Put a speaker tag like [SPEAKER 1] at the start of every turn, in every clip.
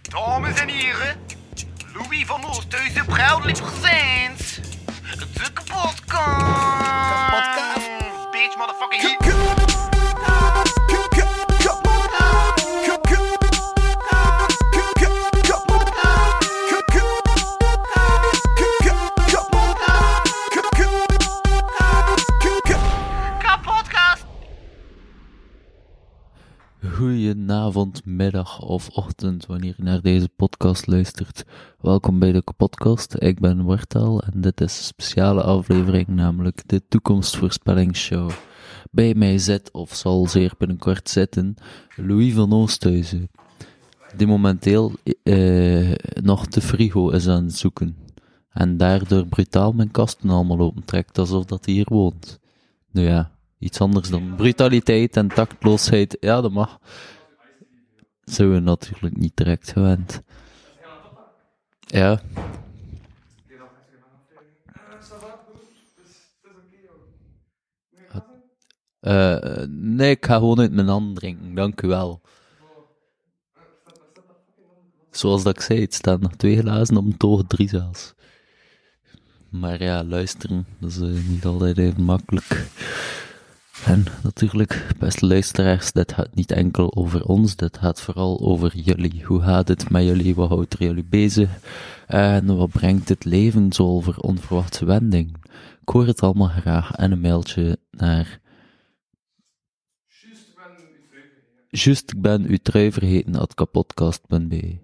[SPEAKER 1] Dames en heren, Louis van Oosthuizen, proudly presents de kapotkast.
[SPEAKER 2] Kapotkast.
[SPEAKER 1] Bitch, motherfucking hit. Kapotkast.
[SPEAKER 3] Goedenavond, middag of ochtend, wanneer je naar deze podcast luistert. Welkom bij de podcast. Ik ben Wartaal en dit is een speciale aflevering, namelijk de toekomstvoorspellingsshow. Bij mij zit, of zal zeer binnenkort zitten, Louis van Oosthuizen, die momenteel eh, nog de frigo is aan het zoeken. En daardoor brutaal mijn kasten allemaal opentrekt, alsof dat hij hier woont. Nou ja, iets anders dan brutaliteit en tactloosheid. Ja, dat mag. Zijn we natuurlijk niet direct gewend. Ja. Eh, nee, ik ga gewoon uit mijn hand drinken, dank u wel. Zoals dat ik zei, het staan nog twee glazen op een toog, drie zelfs. Maar ja, luisteren, dat is eh, niet altijd even makkelijk. En natuurlijk, beste luisteraars, dit gaat niet enkel over ons, dit gaat vooral over jullie. Hoe gaat het met jullie? Wat houdt er jullie bezig? En wat brengt het leven zo voor onverwachte wending? Ik hoor het allemaal graag en een mailtje naar. Juist, ik ben uw trui vergeten, at kapotkast.be.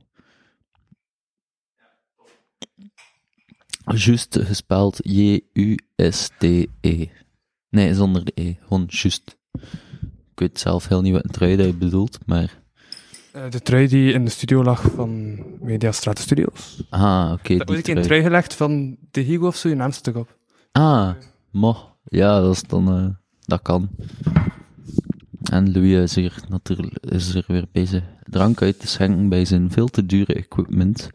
[SPEAKER 3] Juist gespeld J-U-S-T-E. Nee, zonder de E. Gewoon juist. Ik weet zelf heel niet wat een trui dat je bedoelt, maar...
[SPEAKER 4] Eh, de trui die in de studio lag van Mediastraat Studios.
[SPEAKER 3] Ah, oké,
[SPEAKER 4] Daar
[SPEAKER 3] die
[SPEAKER 4] was ik een
[SPEAKER 3] trui.
[SPEAKER 4] trui gelegd van de Higo of zo, je naam staat op.
[SPEAKER 3] Ah, moch. Ja, dat is dan... eh, dat kan. En Louis is hier natuurlijk is er weer bezig drank uit te schenken bij zijn veel te dure equipment.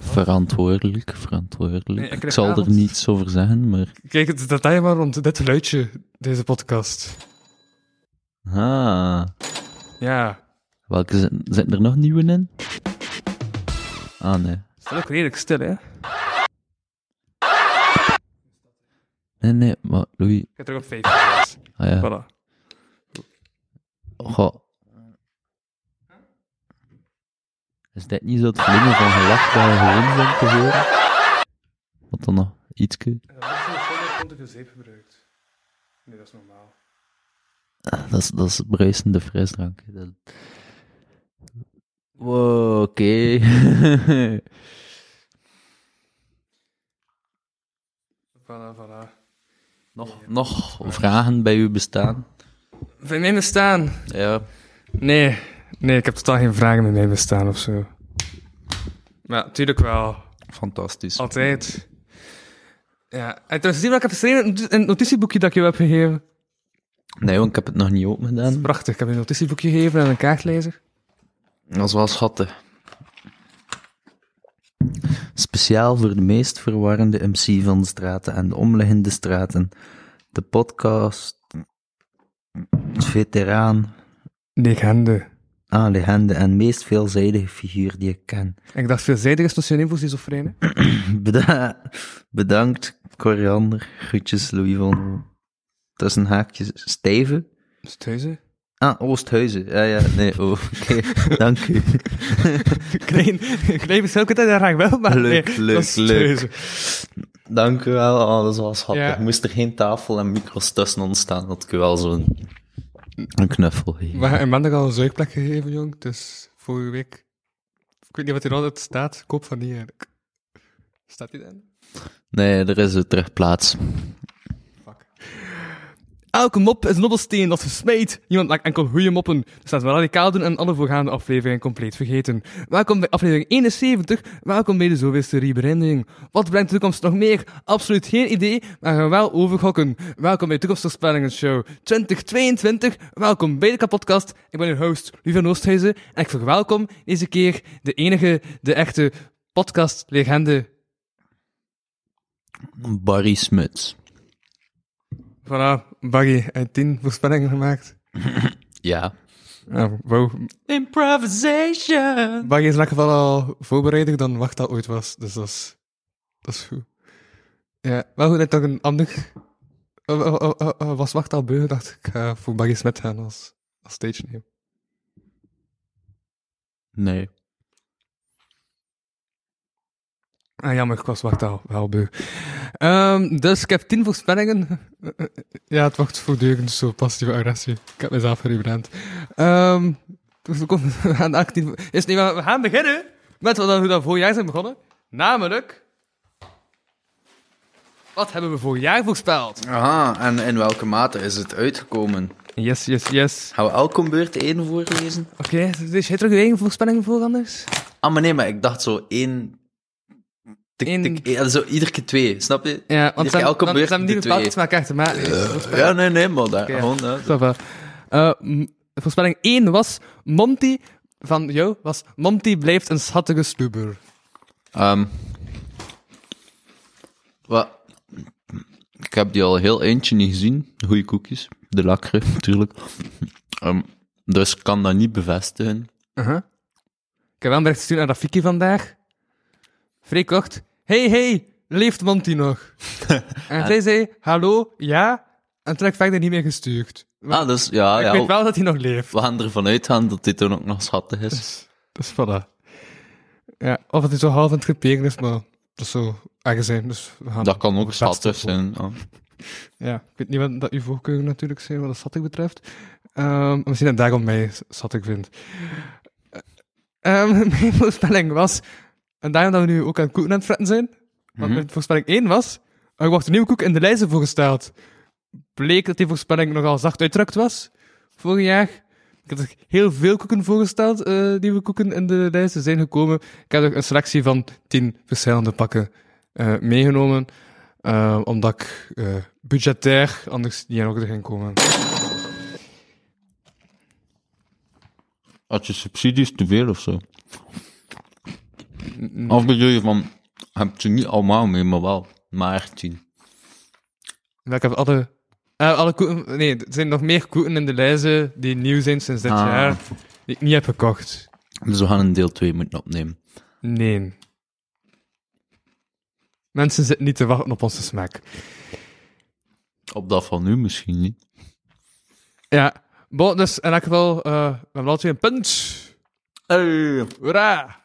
[SPEAKER 3] Verantwoordelijk, verantwoordelijk.
[SPEAKER 4] Nee, ik
[SPEAKER 3] ik,
[SPEAKER 4] krijg
[SPEAKER 3] zal er
[SPEAKER 4] avond.
[SPEAKER 3] niets over zeggen, maar...
[SPEAKER 4] Kijk, het detail maar rond dit geluidje, deze podcast.
[SPEAKER 3] Ah,
[SPEAKER 4] Ja,
[SPEAKER 3] welke zitten, zitten er nog nieuwe in? Ah, nee.
[SPEAKER 4] het staat ook redelijk stil, hè? Ik
[SPEAKER 3] Nee, nee, maar Louis...
[SPEAKER 4] heb terug op vijf. gezet.
[SPEAKER 3] Ah ja.
[SPEAKER 4] Voilà.
[SPEAKER 3] Goh. Is dit niet zo het verliezen van gelach dat je gewoon bent te horen? Wat dan nog? Ietske?
[SPEAKER 4] En dan is er een veel zeep gebruikt. Nee, dat is normaal.
[SPEAKER 3] Ah, Dat is, dat is bruisende frisdrank. Dat... Wow, oké.
[SPEAKER 4] Voilà, voilà.
[SPEAKER 3] nog, nog vragen bij uw bestaan?
[SPEAKER 4] Bij mij bestaan?
[SPEAKER 3] Ja.
[SPEAKER 4] Nee, nee, ik heb totaal geen vragen met mij bestaan of zo. Maar tuurlijk wel.
[SPEAKER 3] Fantastisch.
[SPEAKER 4] Altijd. Ja, en trouwens, zie je wat ik heb geschreven in het- in het notitieboekje dat ik je heb gegeven?
[SPEAKER 3] Nee, want ik heb het nog niet open
[SPEAKER 4] Dat is
[SPEAKER 3] gedaan.
[SPEAKER 4] prachtig. Ik heb je een notitieboekje gegeven en een kaartlezer.
[SPEAKER 3] Dat is wel schattig. Speciaal voor de meest verwarrende MC van de straten en de omliggende straten. De podcast. Veteraan.
[SPEAKER 4] Nick Hende.
[SPEAKER 3] Ah, legende en meest veelzijdige figuur die ik ken.
[SPEAKER 4] Ik dacht, veelzijdig is misschien niet voor schizofrene.
[SPEAKER 3] Beda- bedankt, Coriander. Groetjes, Louis van. Dat is een haakje. Steven?
[SPEAKER 4] Steuze.
[SPEAKER 3] Ah, Oosthuizen. Ja, ja, nee. Oh, Oké, dank u.
[SPEAKER 4] Klein, klein verschil, ik dat graag wel, maar
[SPEAKER 3] Leuk,
[SPEAKER 4] nee,
[SPEAKER 3] leuk,
[SPEAKER 4] dat is
[SPEAKER 3] leuk.
[SPEAKER 4] Steuze.
[SPEAKER 3] Dank u wel, oh, dat was schattig.
[SPEAKER 4] Ja.
[SPEAKER 3] Moest er geen tafel en micro's tussen ontstaan, had ik u wel zo'n een knuffel gegeven.
[SPEAKER 4] Maar een maandag al een zuigplek gegeven, jong. Dus vorige week. Ik weet niet wat er altijd staat. Koop van die eigenlijk. Staat die dan?
[SPEAKER 3] Nee, er is een terugplaats.
[SPEAKER 4] Elke mop is een dobbelsteen dat gesmeed. Niemand maakt enkel goede moppen. Dus laten we radicaal doen en alle voorgaande afleveringen compleet vergeten. Welkom bij aflevering 71. Welkom bij de zoveelste rebranding. Wat brengt de toekomst nog meer? Absoluut geen idee, maar gaan wel overgokken. Welkom bij Toekomstvoorspellingen Show 2022. Welkom bij de kapotkast. Ik ben uw host, Lieve Oosthuizen. En ik verwelkom deze keer de enige, de echte podcastlegende.
[SPEAKER 3] Barry Smuts.
[SPEAKER 4] Voilà, Baggy. Hij heeft 10 voorspellingen gemaakt.
[SPEAKER 3] Ja.
[SPEAKER 4] Ja, wauw.
[SPEAKER 3] Improvisation.
[SPEAKER 4] Maar je is in elk geval al voorbereider dan wacht dat ooit was. Dus dat is, dat is goed. Ja, wel goed dat toch een ander... eh, eh, eh, eh, eh, was wacht al beu dacht ik ga voor Barry Smet gaan als, als stage name.
[SPEAKER 3] Nee.
[SPEAKER 4] Ah, jammer, ik was wacht al wel beu. Ehm, dus ik heb tien voorspellingen. Eh, eh, Ja, het wordt voortdurend zo passieve agressie. Ik heb mezelf gerebrand. Ehm dus we komen aan de 18. Is niet waar, we gaan beginnen met wat we hoe dat vorig jaar zijn begonnen. Namelijk... Wat hebben we vorig jaar voorspeld?
[SPEAKER 5] Aha, en in welke mate is het uitgekomen?
[SPEAKER 4] Yes, yes, yes.
[SPEAKER 5] Gaan we elke beurt één voorlezen?
[SPEAKER 4] Oké, dus je terug je eigen voorspelling voor anders?
[SPEAKER 5] Ah, maar nee, maar ik dacht zo één... Tik,
[SPEAKER 4] Eén-
[SPEAKER 5] tik, één- zo iedere keer twee, snap je?
[SPEAKER 4] Ja, want
[SPEAKER 5] Iedere
[SPEAKER 4] ze
[SPEAKER 5] keer elke beurt
[SPEAKER 4] hebben
[SPEAKER 5] de
[SPEAKER 4] niet bepaald
[SPEAKER 5] twee.
[SPEAKER 4] iets met elkaar te maken.
[SPEAKER 5] Ja, nee, nee, maar daar,
[SPEAKER 4] Oké.
[SPEAKER 5] gewoon... hè.
[SPEAKER 4] Ça va. Eh, m- voorspelling 1 was Monty van jou was Monty blijft een schattige sluber.
[SPEAKER 3] Ehm,
[SPEAKER 5] Wat?
[SPEAKER 3] ik heb die al heel eentje niet gezien. Goeie koekjes. De lakkere, natuurlijk. Ehm, dus ik kan dat niet bevestigen.
[SPEAKER 4] Ik heb wel een bericht gestuurd naar Rafiki vandaag. Vrij kort. Hey, hey, leeft Monty nog? en zij zei, hallo, ja. En toen heb ik verder niet meer gestuurd. Maar
[SPEAKER 3] Ah, dus ja,
[SPEAKER 4] ik
[SPEAKER 3] ja.
[SPEAKER 4] weet wel dat hij nog leeft.
[SPEAKER 3] We gaan ervan uitgaan dat dit toen ook nog schattig is.
[SPEAKER 4] Dus voilà. Ja, of het is zo half aan het creperen is, maar dat is zo erg zijn. Dus we gaan
[SPEAKER 3] Dat kan ook
[SPEAKER 4] over het laatste
[SPEAKER 3] schattig zijn. ja.
[SPEAKER 4] Ja, ik weet niet wat dat uw voorkeur natuurlijk zijn, wat dat zattig betreft. Ehm, misschien dat daarom mij z- zattig vindt. Ehm, mijn voorspelling was, en daarom dat we nu ook aan koeken aan het fretten zijn, want mijn voorspelling 1 was, er wordt een nieuwe koek in de lijzen voorgesteld. Bleek dat die voorspelling nogal zacht uitdrukt was, vorig jaar. Ik heb er heel veel koeken voorgesteld, eh nieuwe koeken in de lijsten zijn gekomen. Ik heb er een selectie van 10 verschillende pakken eh, meegenomen. Eh, omdat ik eh, budgetair anders niet aan orde ging komen.
[SPEAKER 3] Had je subsidies te veel of zo? Of bedoel je van, heb je niet allemaal mee, maar wel maar tien.
[SPEAKER 4] Maar ik heb alle, eh, alle koeken... Nee, er zijn nog meer koeken in de lijzen die nieuw zijn sinds dit
[SPEAKER 3] Ah.
[SPEAKER 4] jaar. Die ik niet heb gekocht.
[SPEAKER 3] Dus we gaan een deel 2 moeten opnemen.
[SPEAKER 4] Nee. Mensen zitten niet te wachten op onze smaak.
[SPEAKER 3] Op dat van nu misschien niet.
[SPEAKER 4] Ja. Bon, dus in elk geval, eh, we hebben altijd een punt. Hoera!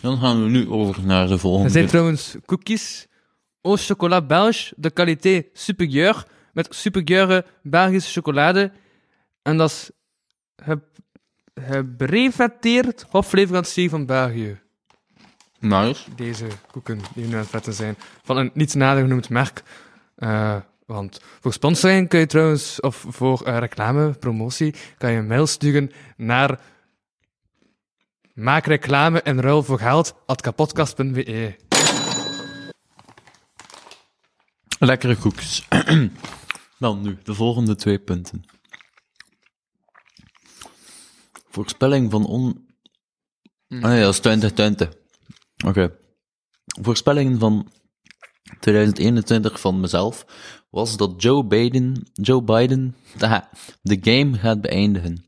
[SPEAKER 3] Dan gaan we nu over naar de
[SPEAKER 4] Er
[SPEAKER 3] volgende.
[SPEAKER 4] zijn trouwens koekjes au chocolat belge de kwaliteit supérieure met superieure Belgische chocolade. En dat is ge- gebreveteerd hofleverancier van België.
[SPEAKER 3] Nice.
[SPEAKER 4] Deze koeken die we nu aan het vetten zijn. Van een niet nader genoemd merk. Eh, want voor sponsoring kun je trouwens, of voor eh, reclame, promotie, kan je een mail sturen naar maak reclame en ruil voor geld at kapotkast.be.
[SPEAKER 3] Lekkere koekjes. Dan nu, de volgende twee punten. Voorspelling van on... Ah nee, dat is 2020. Oké. Voorspellingen van 2021 van mezelf was dat Joe Biden, Joe Biden de, de game gaat beëindigen.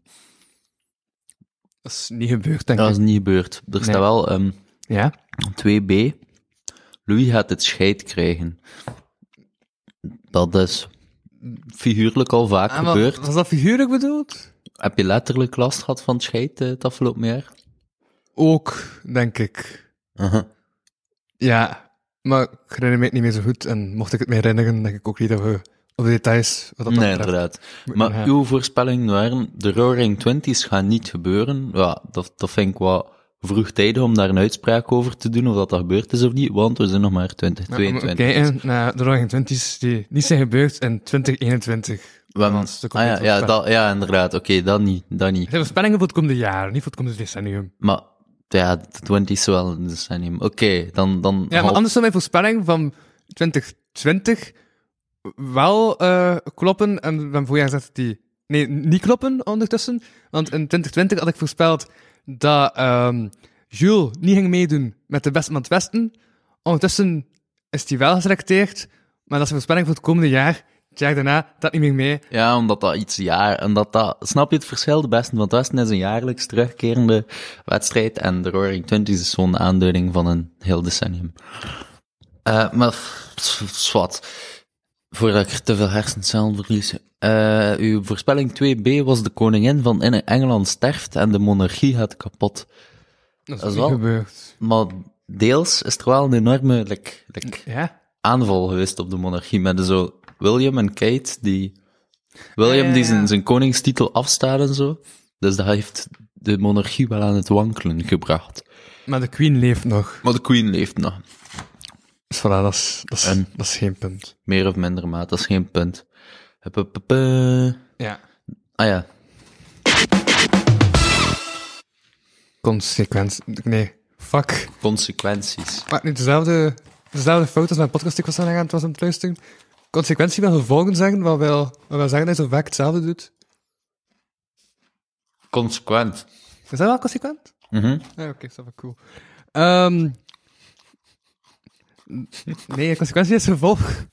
[SPEAKER 4] Dat is niet gebeurd, denk
[SPEAKER 3] Dat
[SPEAKER 4] ik.
[SPEAKER 3] is niet gebeurd. Er staat wel ehm,
[SPEAKER 4] Ja?
[SPEAKER 3] 2b. Louis gaat het scheid krijgen. Dat is figuurlijk al vaak
[SPEAKER 4] Ah,
[SPEAKER 3] gebeurd.
[SPEAKER 4] Was dat figuurlijk bedoeld?
[SPEAKER 3] Heb je letterlijk last gehad van het scheid eh, het afgelopen jaar?
[SPEAKER 4] Ook, denk ik. Ja, maar ik herinner me het niet meer zo goed. En mocht ik het me herinneren, denk ik ook niet dat we op de details... Wat dat
[SPEAKER 3] Nee,
[SPEAKER 4] betreft.
[SPEAKER 3] inderdaad.
[SPEAKER 4] Moet-
[SPEAKER 3] Maar
[SPEAKER 4] ja.
[SPEAKER 3] uw voorspellingen waren, de Roaring Twenties gaan niet gebeuren. Ja, dat, dat vind ik wat vroegtijdig om daar een uitspraak over te doen, of dat dat gebeurd is of niet, want we zijn nog maar
[SPEAKER 4] Ja, maar eh, we
[SPEAKER 3] 2022.
[SPEAKER 4] kijken naar de Roaring Twenties die niet zijn gebeurd in 2021.
[SPEAKER 3] We hebben-
[SPEAKER 4] Want het is ook
[SPEAKER 3] ah, ja,
[SPEAKER 4] niet
[SPEAKER 3] ja,
[SPEAKER 4] voorspel-
[SPEAKER 3] dat, ja, inderdaad. Oké, dat niet, dat niet.
[SPEAKER 4] Het zijn voorspellingen voor het komende jaar, niet voor het komende decennium.
[SPEAKER 3] Maar ja, de 20s wel dus een decennium. Oké, dan, dan
[SPEAKER 4] Ja, maar
[SPEAKER 3] half-
[SPEAKER 4] anders zou mijn voorspelling van 2020 wel eh, kloppen. En we hebben voorjaar gezegd dat die... Nee, niet kloppen ondertussen. Want in 2020 had ik voorspeld dat ehm, Jules niet ging meedoen met de Beste van het Westen. Ondertussen is die wel geselecteerd. Maar dat is een voorspelling voor het komende jaar Het jaar daarna, dat niet meer mee.
[SPEAKER 3] Ja, omdat dat iets jaar... En dat dat, snap je het verschil? De Besten van het Westen is een jaarlijks terugkerende wedstrijd en de Roaring Twenties is zo'n aanduiding van een heel decennium. Eh, maar, zwart. Voordat ik er te veel hersencellen verlies. Eh, uw voorspelling 2b was de koningin van in Engeland sterft en de monarchie gaat kapot.
[SPEAKER 4] Dat is,
[SPEAKER 3] Dat is
[SPEAKER 4] niet
[SPEAKER 3] wel-
[SPEAKER 4] gebeurd.
[SPEAKER 3] Maar deels is er wel een enorme like, like,
[SPEAKER 4] Ja?
[SPEAKER 3] aanval geweest op de monarchie. Met zo William en Kate, die. William
[SPEAKER 4] Ja,
[SPEAKER 3] die
[SPEAKER 4] ja, ja.
[SPEAKER 3] zijn, zijn koningstitel afstaat en zo. Dus dat heeft de monarchie wel aan het wankelen gebracht.
[SPEAKER 4] Maar de Queen leeft nog.
[SPEAKER 3] Maar de Queen leeft nog.
[SPEAKER 4] Dus voilà, dat is, dat is,
[SPEAKER 3] En?
[SPEAKER 4] dat is geen punt.
[SPEAKER 3] Meer of minder maat, dat is geen punt. Huppuppuppe.
[SPEAKER 4] Ja.
[SPEAKER 3] Ah ja,
[SPEAKER 4] Consequentie. Nee. Fuck.
[SPEAKER 3] consequenties.
[SPEAKER 4] Maar nu dezelfde, dezelfde fout als mijn podcast die ik was aan het was aan het luisteren. Consequentie wil vervolgens zeggen, wat wel, wat wel zeggen dat je zo vaak hetzelfde doet.
[SPEAKER 3] Consequent.
[SPEAKER 4] Is dat wel consequent?
[SPEAKER 3] Mhm.
[SPEAKER 4] Ja, oké, dat is wel cool. Ehm nee, consequentie is vervolg.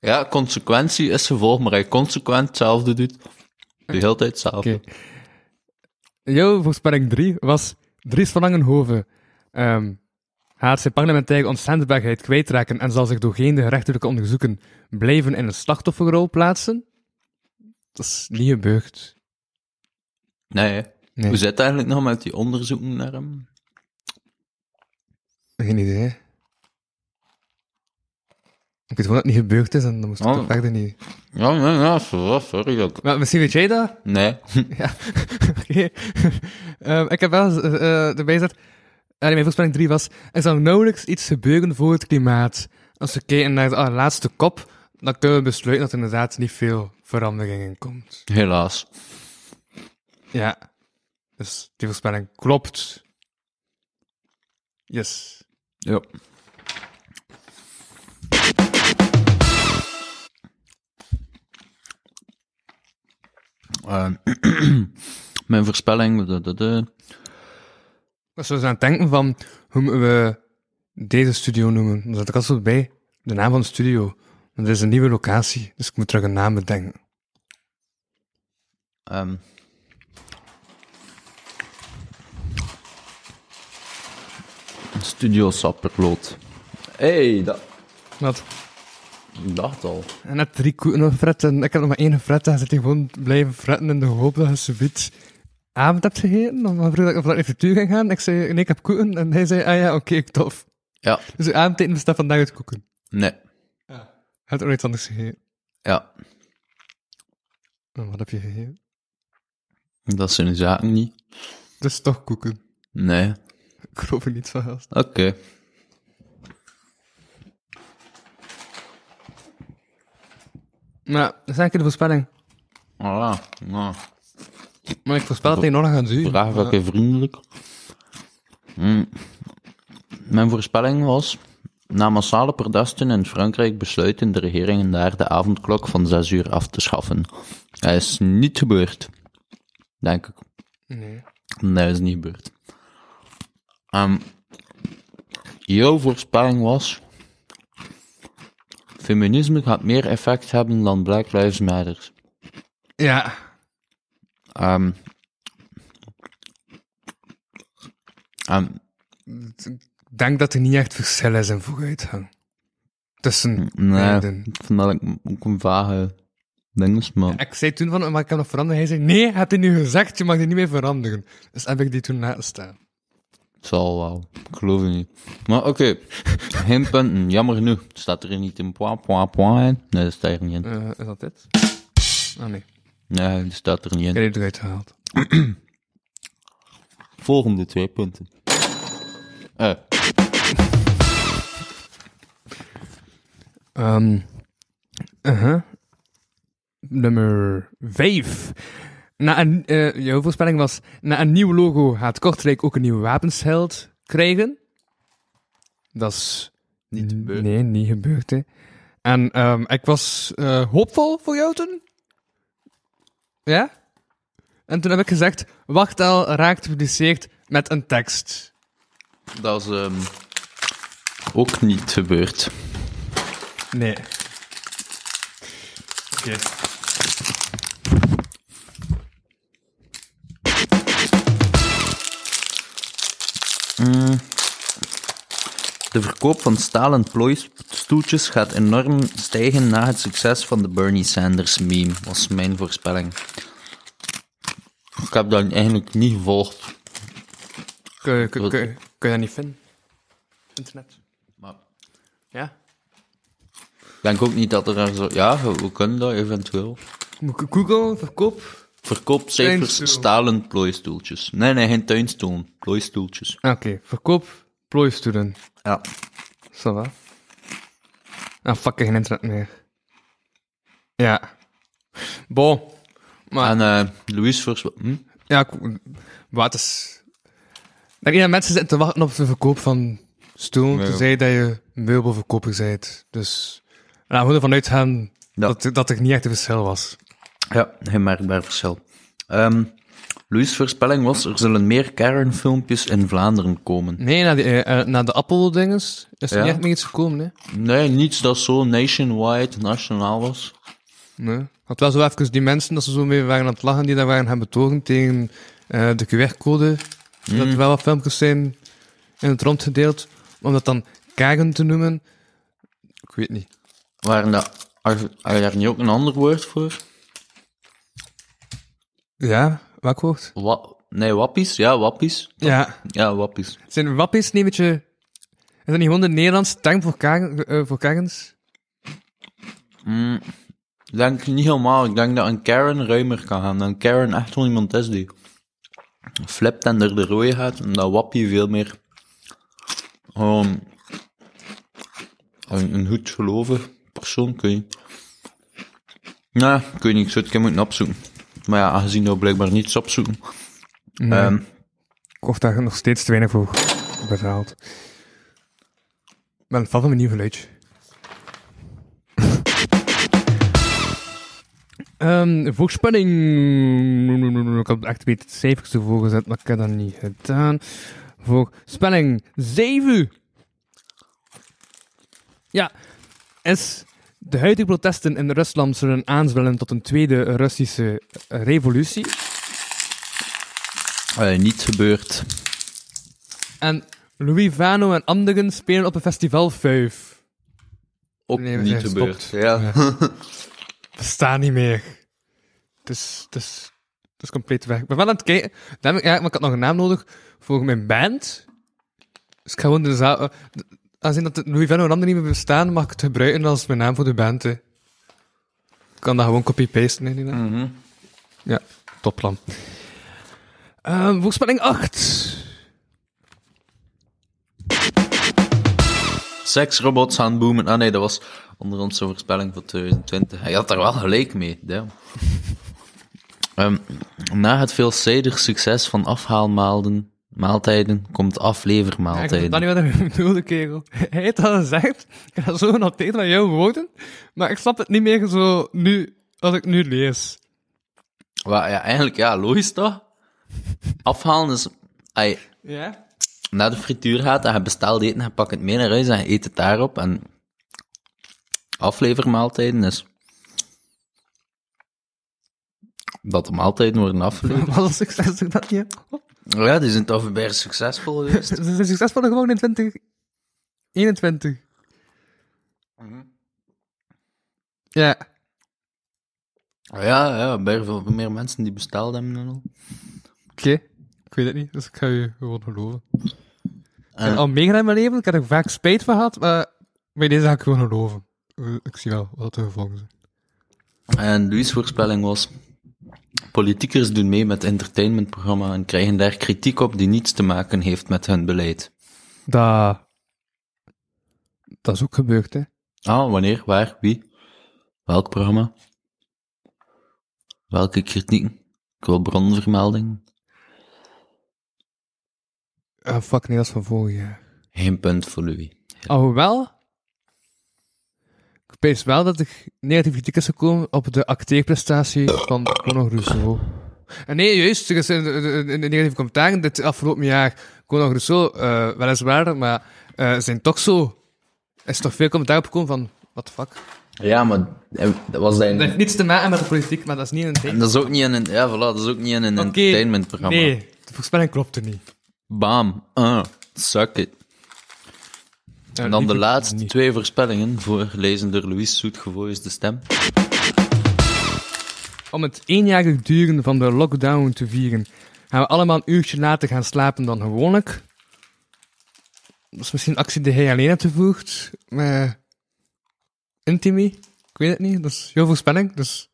[SPEAKER 3] Ja, consequentie is gevolg, maar hij consequent hetzelfde doet. De hele tijd hetzelfde.
[SPEAKER 4] Oké. Jouw voorspelling 3 was Dries van Langenhoven. ehm, gaat zijn parlementaire onschendbaarheid kwijtraken en zal zich door geen gerechtelijke onderzoeken blijven in een slachtofferrol plaatsen? Dat is niet gebeurd.
[SPEAKER 3] Nee, hè.
[SPEAKER 4] Nee.
[SPEAKER 3] Hoe zit het eigenlijk nog met die onderzoeken naar hem?
[SPEAKER 4] Geen idee. Ik weet gewoon dat het niet gebeurd is en dan moest ik
[SPEAKER 3] Oh.
[SPEAKER 4] toch verder niet.
[SPEAKER 3] Ja, ja, ja, sorry, sorry. dat-
[SPEAKER 4] Maar misschien weet jij dat?
[SPEAKER 3] Nee.
[SPEAKER 4] Ja, oké. Ehm, ik heb wel eh eh, erbij gezet. Ah, nee, mijn voorspelling 3 was. Er zal nauwelijks iets gebeuren voor het klimaat. Als we kijken naar de allerlaatste kop, dan kunnen we besluiten dat er inderdaad niet veel verandering in komt.
[SPEAKER 3] Helaas.
[SPEAKER 4] Ja. Dus die voorspelling klopt. Yes.
[SPEAKER 3] Ja. Ehm, mijn voorspelling. de- de- de-
[SPEAKER 4] Als we eens dus aan het denken van hoe moeten we deze studio noemen, dan zet ik altijd bij de naam van de studio. Want dit is een nieuwe locatie, dus ik moet terug een naam bedenken.
[SPEAKER 3] ehm. Studio Sapperloot. hey, dat.
[SPEAKER 4] Wat?
[SPEAKER 3] Ik dacht al.
[SPEAKER 4] En net drie koeten nog fretten. Ik heb nog maar één fret. Dan zit hij gewoon blijven fretten in de hoop dat je subiet avond hebt gegeten. Of vroeg dat ik of dat ik naar frituur ging gaan. Ik zei, nee, ik heb koeken. En hij zei, ah ja, oké, tof.
[SPEAKER 3] Ja.
[SPEAKER 4] Dus uw avondeten bestaat vandaag uit koeken.
[SPEAKER 3] Nee.
[SPEAKER 4] Hij had ooit anders gegeten.
[SPEAKER 3] Ja.
[SPEAKER 4] En wat heb je gegeten?
[SPEAKER 3] Dat zijn de zaken niet.
[SPEAKER 4] Dus toch koeken.
[SPEAKER 3] Nee.
[SPEAKER 4] Ik geloof er niet van, gast.
[SPEAKER 3] Oké.
[SPEAKER 4] Maar, Nou, dat is eigenlijk de voorspelling.
[SPEAKER 3] Voilà. Nou.
[SPEAKER 4] Maar ik voorspel dat hij nog gaat zien.
[SPEAKER 3] Vraag welke vriendelijk. Mm. Mijn voorspelling was. Na massale protesten in Frankrijk besluiten de regeringen daar de avondklok van 6 uur af te schaffen. Dat is niet gebeurd. Denk ik.
[SPEAKER 4] Nee.
[SPEAKER 3] Nee, dat is niet gebeurd. Ehm, jouw voorspelling was. Feminisme gaat meer effect hebben dan Black Lives Matter.
[SPEAKER 4] Ja.
[SPEAKER 3] Ehm ehm,
[SPEAKER 4] Ik denk dat er niet echt verschil is in vooruitgang. Tussen
[SPEAKER 3] Hmm, nee,
[SPEAKER 4] beiden.
[SPEAKER 3] ik vind dat ik ook een vage ding is, maar...
[SPEAKER 4] Ik zei toen van, maar ik kan nog veranderen. Hij zei, nee, had hij nu gezegd, je mag die niet meer veranderen. Dus heb ik die toen laten staan.
[SPEAKER 3] Het zal wel. Ik geloof het niet. Maar oké, geen punten. Jammer genoeg. Staat er niet een point, point, point in? Nee, dat staat er niet in.
[SPEAKER 4] Eh, is dat dit? Ah nee, ik
[SPEAKER 3] Nee, dat staat er niet
[SPEAKER 4] heb
[SPEAKER 3] in.
[SPEAKER 4] die eruit gehaald.
[SPEAKER 3] Volgende twee punten. Eh,
[SPEAKER 4] Ehm, uh-huh. Nummer 5. Na een, eh, jouw voorspelling was, na een nieuw logo gaat Kortrijk ook een nieuwe wapensheld krijgen. Dat is...
[SPEAKER 3] Niet gebeurd.
[SPEAKER 4] Nee, niet gebeurd, hè. En ehm, ik was eh, hoopvol voor jou toen. Ja? En toen heb ik gezegd, Wachtel raakt gepubliceerd met een tekst.
[SPEAKER 3] dat is ehm, ook niet gebeurd.
[SPEAKER 4] Nee. Oké.
[SPEAKER 3] De verkoop van stalen plooistoeltjes gaat enorm stijgen na het succes van de Bernie Sanders meme, was mijn voorspelling. Ik heb dat eigenlijk niet gevolgd.
[SPEAKER 4] Kun, kun, kun, kun je dat niet vinden? Internet.
[SPEAKER 3] Maar
[SPEAKER 4] Ja?
[SPEAKER 3] ik denk ook niet dat er daar zo... Ja, we, we kunnen dat eventueel.
[SPEAKER 4] Moet ik Google, verkoop? Tuinstoel.
[SPEAKER 3] Verkoopcijfers stalen plooistoeltjes. Nee, nee, geen tuinstoelen. Plooistoeltjes.
[SPEAKER 4] Ah, Oké, verkoop plooistoelen.
[SPEAKER 3] Ja.
[SPEAKER 4] Zo wel. Ah, fuck, geen internet meer. Ja. Bon. Maar,
[SPEAKER 3] En eh Louis voorspelt... Hm?
[SPEAKER 4] ja, ik- wat is... Ik denk niet dat mensen zitten te wachten op de verkoop van stoelen,
[SPEAKER 3] Nee.
[SPEAKER 4] tenzij dat je meubelverkoper bent. Dus, laten we ervan uitgaan
[SPEAKER 3] Ja.
[SPEAKER 4] dat, dat er niet echt een verschil was.
[SPEAKER 3] Ja, geen merkbaar verschil. Ehm Louis' voorspelling was, er zullen meer Karen-filmpjes in Vlaanderen komen.
[SPEAKER 4] Nee, na, die, eh, eh, na de Apple-dinges is er
[SPEAKER 3] Ja.
[SPEAKER 4] niet echt meer iets gekomen, hè?
[SPEAKER 3] Nee, niets dat zo nationwide, nationaal was.
[SPEAKER 4] Nee. Want wel zo even die mensen, dat ze zo mee waren aan het lachen, die daar waren gaan betogen tegen eh, de QR-code. Dat er wel wat filmpjes zijn in het rond gedeeld. Om dat dan kagen te noemen. Ik weet niet.
[SPEAKER 3] Waren dat... Had je daar niet ook een ander woord voor?
[SPEAKER 4] Ja, wat hoort?
[SPEAKER 3] Wa nee, wappies? Ja, wappies.
[SPEAKER 4] Ja.
[SPEAKER 3] Ja, wappies.
[SPEAKER 4] Zijn wappies niet een beetje... Is dat niet gewoon de Nederlandse term voor, kagen, eh, voor kagens?
[SPEAKER 3] Ik denk niet helemaal. Ik denk dat een Karen ruimer kan gaan. Dat een Karen echt wel iemand is die flipt en er de rode gaat. En dat wappie veel meer... gewoon een, een goed gelovig persoon, kun je... Nou, kun je niet. Ik zou het een keer moeten opzoeken. Maar ja, aangezien dat we blijkbaar niets opzoeken... ehm,
[SPEAKER 4] Of daar nog steeds te weinig voor betaald. Maar het valt me een nieuw geluidje. Ehm voorspelling. Ik had echt beter het cijfers ervoor gezet, maar ik heb dat niet gedaan. Voorspelling 7. Ja, is. De huidige protesten in Rusland zullen aanzwellen tot een tweede Russische eh, revolutie.
[SPEAKER 3] eh, niet gebeurd.
[SPEAKER 4] En Louis Vano en anderen spelen op een festival 5.
[SPEAKER 3] Ook
[SPEAKER 4] Nee, we
[SPEAKER 3] niet
[SPEAKER 4] zijn
[SPEAKER 3] gebeurd.
[SPEAKER 4] gestopt.
[SPEAKER 3] Ja.
[SPEAKER 4] Bestaan niet meer. Het is, het is, het is compleet weg. Ik ben wel aan het kijken. Dan heb ik, ja, maar ik had nog een naam nodig voor mijn band. Dus ik ga gewoon de zaal... eh, de- Aangezien dat de Louis Vano en anderen niet meer bestaan, mag ik het gebruiken als mijn naam voor de band. hè. Ik kan dat gewoon copy-pasten. hè, die naam.
[SPEAKER 3] Mhm.
[SPEAKER 4] Ja, topplan. Ehm voorspelling 8.
[SPEAKER 3] Seksrobots gaan boomen. Ah nee, dat was onder onze voorspelling voor 2020. Hij had daar wel gelijk mee. damn. Ehm, na het veelzijdig succes van afhaalmaalden, maaltijden komt
[SPEAKER 4] Ja, ik snap
[SPEAKER 3] aflevermaaltijden.
[SPEAKER 4] dat niet wat ik bedoelde, kerel. Hij heeft dat gezegd. Ik heb dat zo genoteerd aan jouw woorden. Maar ik snap het niet meer zo nu, als ik nu lees.
[SPEAKER 3] Wa- ja, eigenlijk, ja, logisch toch? Afhalen is... ai,
[SPEAKER 4] Ja?
[SPEAKER 3] naar de frituur gaat en je bestelt eten, je pakt het mee naar huis en je eet het daarop. En aflevermaaltijden is... Dat de maaltijden worden afgeleverd.
[SPEAKER 4] Wat een succes dat ik dat niet heb.
[SPEAKER 3] Ja, die zijn toch weer bijna succesvol geweest.
[SPEAKER 4] Ze zijn succesvol gewoon in 2021. Ja.
[SPEAKER 3] Ja, ja, bij veel meer mensen die besteld hebben en al.
[SPEAKER 4] Oké. Ik weet het niet, dus ik ga je gewoon geloven. Ik heb
[SPEAKER 3] En-
[SPEAKER 4] al meegedaan in mijn leven, ik heb er vaak spijt van gehad, maar bij deze ga ik gewoon geloven. Eh, Ik zie wel wat de gevolgen zijn.
[SPEAKER 3] En Louis' voorspelling was... Politiekers doen mee met entertainmentprogramma en krijgen daar kritiek op die niets te maken heeft met hun beleid.
[SPEAKER 4] Dat... Dat is ook gebeurd, hè.
[SPEAKER 3] Ah, wanneer, waar, wie? Welk programma? Welke kritieken? Ik wil bronvermelding.
[SPEAKER 4] Ah, fuck, nee, dat is van vorig jaar.
[SPEAKER 3] Geen punt voor Louis.
[SPEAKER 4] Alhoewel, ik pees wel dat er negatieve kritiek is gekomen op de acteerprestatie van Conor Rousseau. En nee, juist, er is een, een, een- een negatieve commentaar dit afgelopen jaar. Conor Rousseau, eh, weliswaar, maar eh, zijn toch zo... Er is toch veel commentaar opgekomen van, what the fuck?
[SPEAKER 3] Ja, maar eh, dat was
[SPEAKER 4] Dat
[SPEAKER 3] dat
[SPEAKER 4] heeft niets te maken met de politiek, maar dat is niet een
[SPEAKER 3] En
[SPEAKER 4] ding.
[SPEAKER 3] dat is ook niet in een, ja, voilà, dat is ook niet in een
[SPEAKER 4] Oké,
[SPEAKER 3] entertainmentprogramma.
[SPEAKER 4] Nee, de voorspelling klopte niet.
[SPEAKER 3] Bam, ah, suck it. En
[SPEAKER 4] Eh,
[SPEAKER 3] dan de laatste twee voorspellingen voor lezender Louis Soetgevois de stem.
[SPEAKER 4] Om het eenjarig duren van de lockdown te vieren, gaan we allemaal een uurtje later gaan slapen dan gewoonlijk. Dat is misschien een actie die hij alleen hebt gevoerd. Eh Intimi? Ik weet het niet. Dat is jouw voorspelling. Dus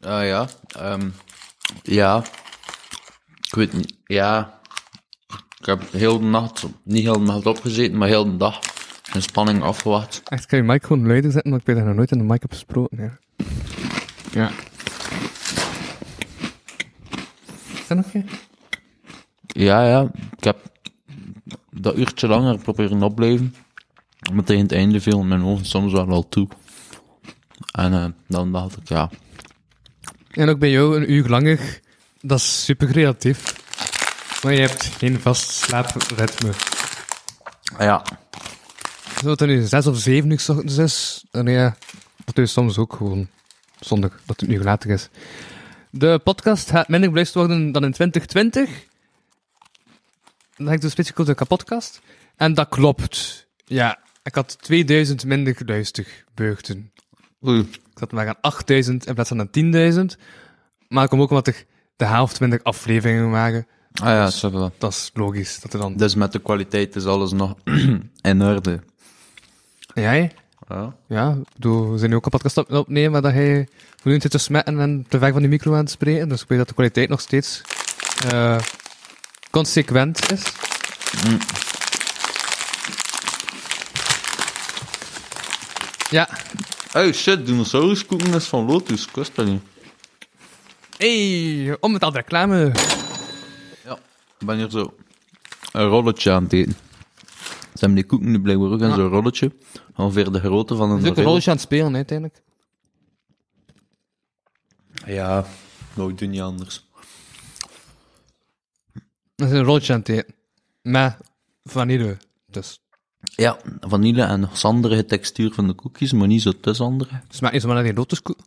[SPEAKER 3] Ah ja, ehm, ja. Ik weet niet, ja. Ik heb heel de nacht, niet heel de nacht opgezeten, maar heel de dag in spanning afgewacht.
[SPEAKER 4] echt, kan je mic gewoon luider zetten, want ik weet dat je nog nooit in de mic heb gesproken. Hè. Ja. Is dat oké?
[SPEAKER 3] Ja, ja, ik heb dat uurtje langer proberen opblijven. Maar tegen het einde viel mijn ogen soms wel al toe. En eh, dan dacht ik, ja,
[SPEAKER 4] En ook bij jou een uur langer, dat is super creatief. Maar je hebt geen vast slaapritme.
[SPEAKER 3] Ah, ja,
[SPEAKER 4] Zo het er nu zes of zeven uur 's ochtends is, dan ja, dat is soms ook gewoon zondag dat het een uur later is. De podcast gaat minder beluisterd worden dan in 2020. Dan heb ik dus specifiek de kapotkast. En dat klopt. Ja, ik had 2000 minder luisterbeurten.
[SPEAKER 3] Oei.
[SPEAKER 4] Ik zat maar aan 8000 in plaats van aan 10.000. Maar ik kom ook omdat er de helft minder afleveringen waren.
[SPEAKER 3] Ah ja, zo hebben we.
[SPEAKER 4] Dat is logisch. Dat er dan.
[SPEAKER 3] Dus met de kwaliteit is alles nog in orde.
[SPEAKER 4] Jij?
[SPEAKER 3] Ja.
[SPEAKER 4] Ja, ik bedoel, we zijn nu ook een podcast op- opnemen, maar dat hij voortdurend zit te smetten en te ver van die micro aan te spreken. Dus ik weet dat de kwaliteit nog steeds eh, consequent is. Mm. Ja.
[SPEAKER 3] Hey, shit, dinosauruskoeken is van Lotus, ik wist dat niet.
[SPEAKER 4] Hey, om met al de reclame.
[SPEAKER 3] Ja, ik ben hier zo een rolletje aan het eten. Ze hebben die koeken nu blijkbaar ook in zo'n rolletje. Ongeveer de grootte van een
[SPEAKER 4] Het is ook een
[SPEAKER 3] reel.
[SPEAKER 4] rolletje aan het spelen, hè, uiteindelijk.
[SPEAKER 3] Ja, nou, ik doe niet anders.
[SPEAKER 4] Dat is een rolletje aan het eten. Met vanille. Dus
[SPEAKER 3] Ja, vanille en nog zanderige textuur van de koekjes, maar niet zo te zanderig.
[SPEAKER 4] Het smaakt niet zomaar naar die lotuskoek.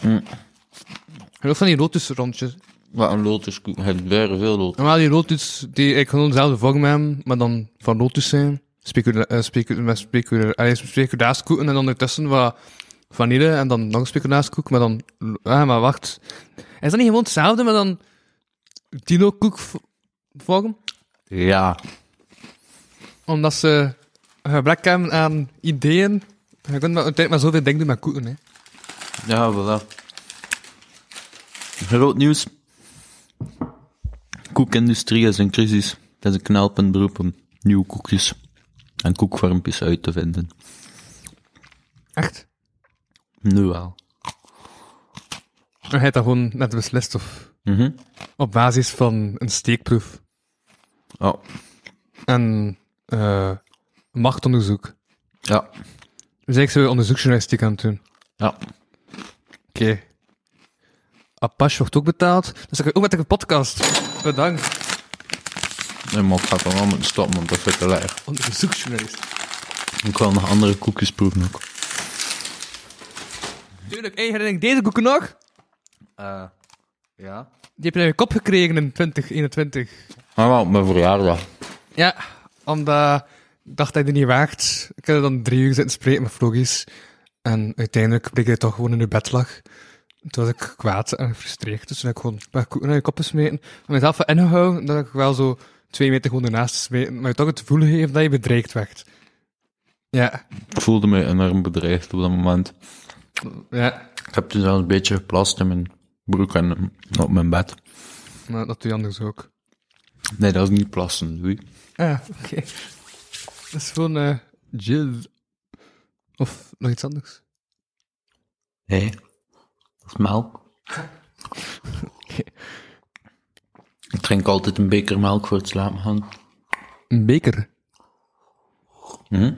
[SPEAKER 4] Mm. En ook van die lotusrondjes.
[SPEAKER 3] Wat een lotuskoek, je hebt bijna veel lotus.
[SPEAKER 4] Normaal die lotus, die ik gewoon dezelfde vorm hebben, maar dan van lotus zijn. Specula eh, specu- met specula- allee, speculaaskoeken en dan ertussen wat vanille en dan nog een speculaaskoek, maar dan... Ah, maar wacht. Is dat niet gewoon hetzelfde, maar dan dino-koek v- vorm?
[SPEAKER 3] Ja,
[SPEAKER 4] Omdat ze gebrek hebben aan ideeën. Je kunt maar, uiteindelijk maar zoveel dingen doen met koeken, hè.
[SPEAKER 3] ja, voilà. Groot nieuws. Koekindustrie is in crisis. Het is een knelpunt beroep om nieuwe koekjes en koekvormpjes uit te vinden.
[SPEAKER 4] Echt?
[SPEAKER 3] Nu wel.
[SPEAKER 4] Dan ga je dat gewoon net beslist, of...
[SPEAKER 3] Mhm.
[SPEAKER 4] Op basis van een steekproef
[SPEAKER 3] Oh,
[SPEAKER 4] en eh, machtonderzoek.
[SPEAKER 3] ja.
[SPEAKER 4] Dus ik zou onderzoeksjournalistiek aan het doen.
[SPEAKER 3] Ja.
[SPEAKER 4] Oké. Apache wordt ook betaald. Dus dan kan ik ook met een podcast. Bedankt.
[SPEAKER 3] Nee, maar ik ga dan wel moeten stoppen, want dat vind ik te lekker.
[SPEAKER 4] Onderzoeksjournalist.
[SPEAKER 3] Ik wil nog andere koekjes proeven ook.
[SPEAKER 4] Tuurlijk, hey, herinner ik deze koeken nog?
[SPEAKER 3] Eh, ja?
[SPEAKER 4] Die heb je in je kop gekregen in 2021.
[SPEAKER 3] Ah, wel, op mijn verjaardag.
[SPEAKER 4] Ja, omdat ik dacht dat hij er niet waagt. Ik heb er dan drie uur zitten spreken met vloggies. En uiteindelijk bleek hij toch gewoon in uw bed lag. Toen was ik kwaad en gefrustreerd. Dus toen heb ik gewoon een paar koeken naar je koppen smeten. Om mezelf van ingehouden dat ik wel zo twee meter gewoon ernaast smeten. Maar je toch het gevoel geeft dat je bedreigd werd. Ja,
[SPEAKER 3] Ik voelde me enorm bedreigd op dat moment.
[SPEAKER 4] ja.
[SPEAKER 3] Ik heb toen zelfs een beetje geplast in mijn broek en eh, op mijn bed.
[SPEAKER 4] Maar dat doe je anders ook.
[SPEAKER 3] Nee, dat is niet plassen, doei.
[SPEAKER 4] Ah, oké. Dat is gewoon eh jizz. Of nog iets anders.
[SPEAKER 3] Hé? Dat is melk. Ik drink altijd een beker melk voor het slapen gaan.
[SPEAKER 4] Een beker.
[SPEAKER 3] Hm?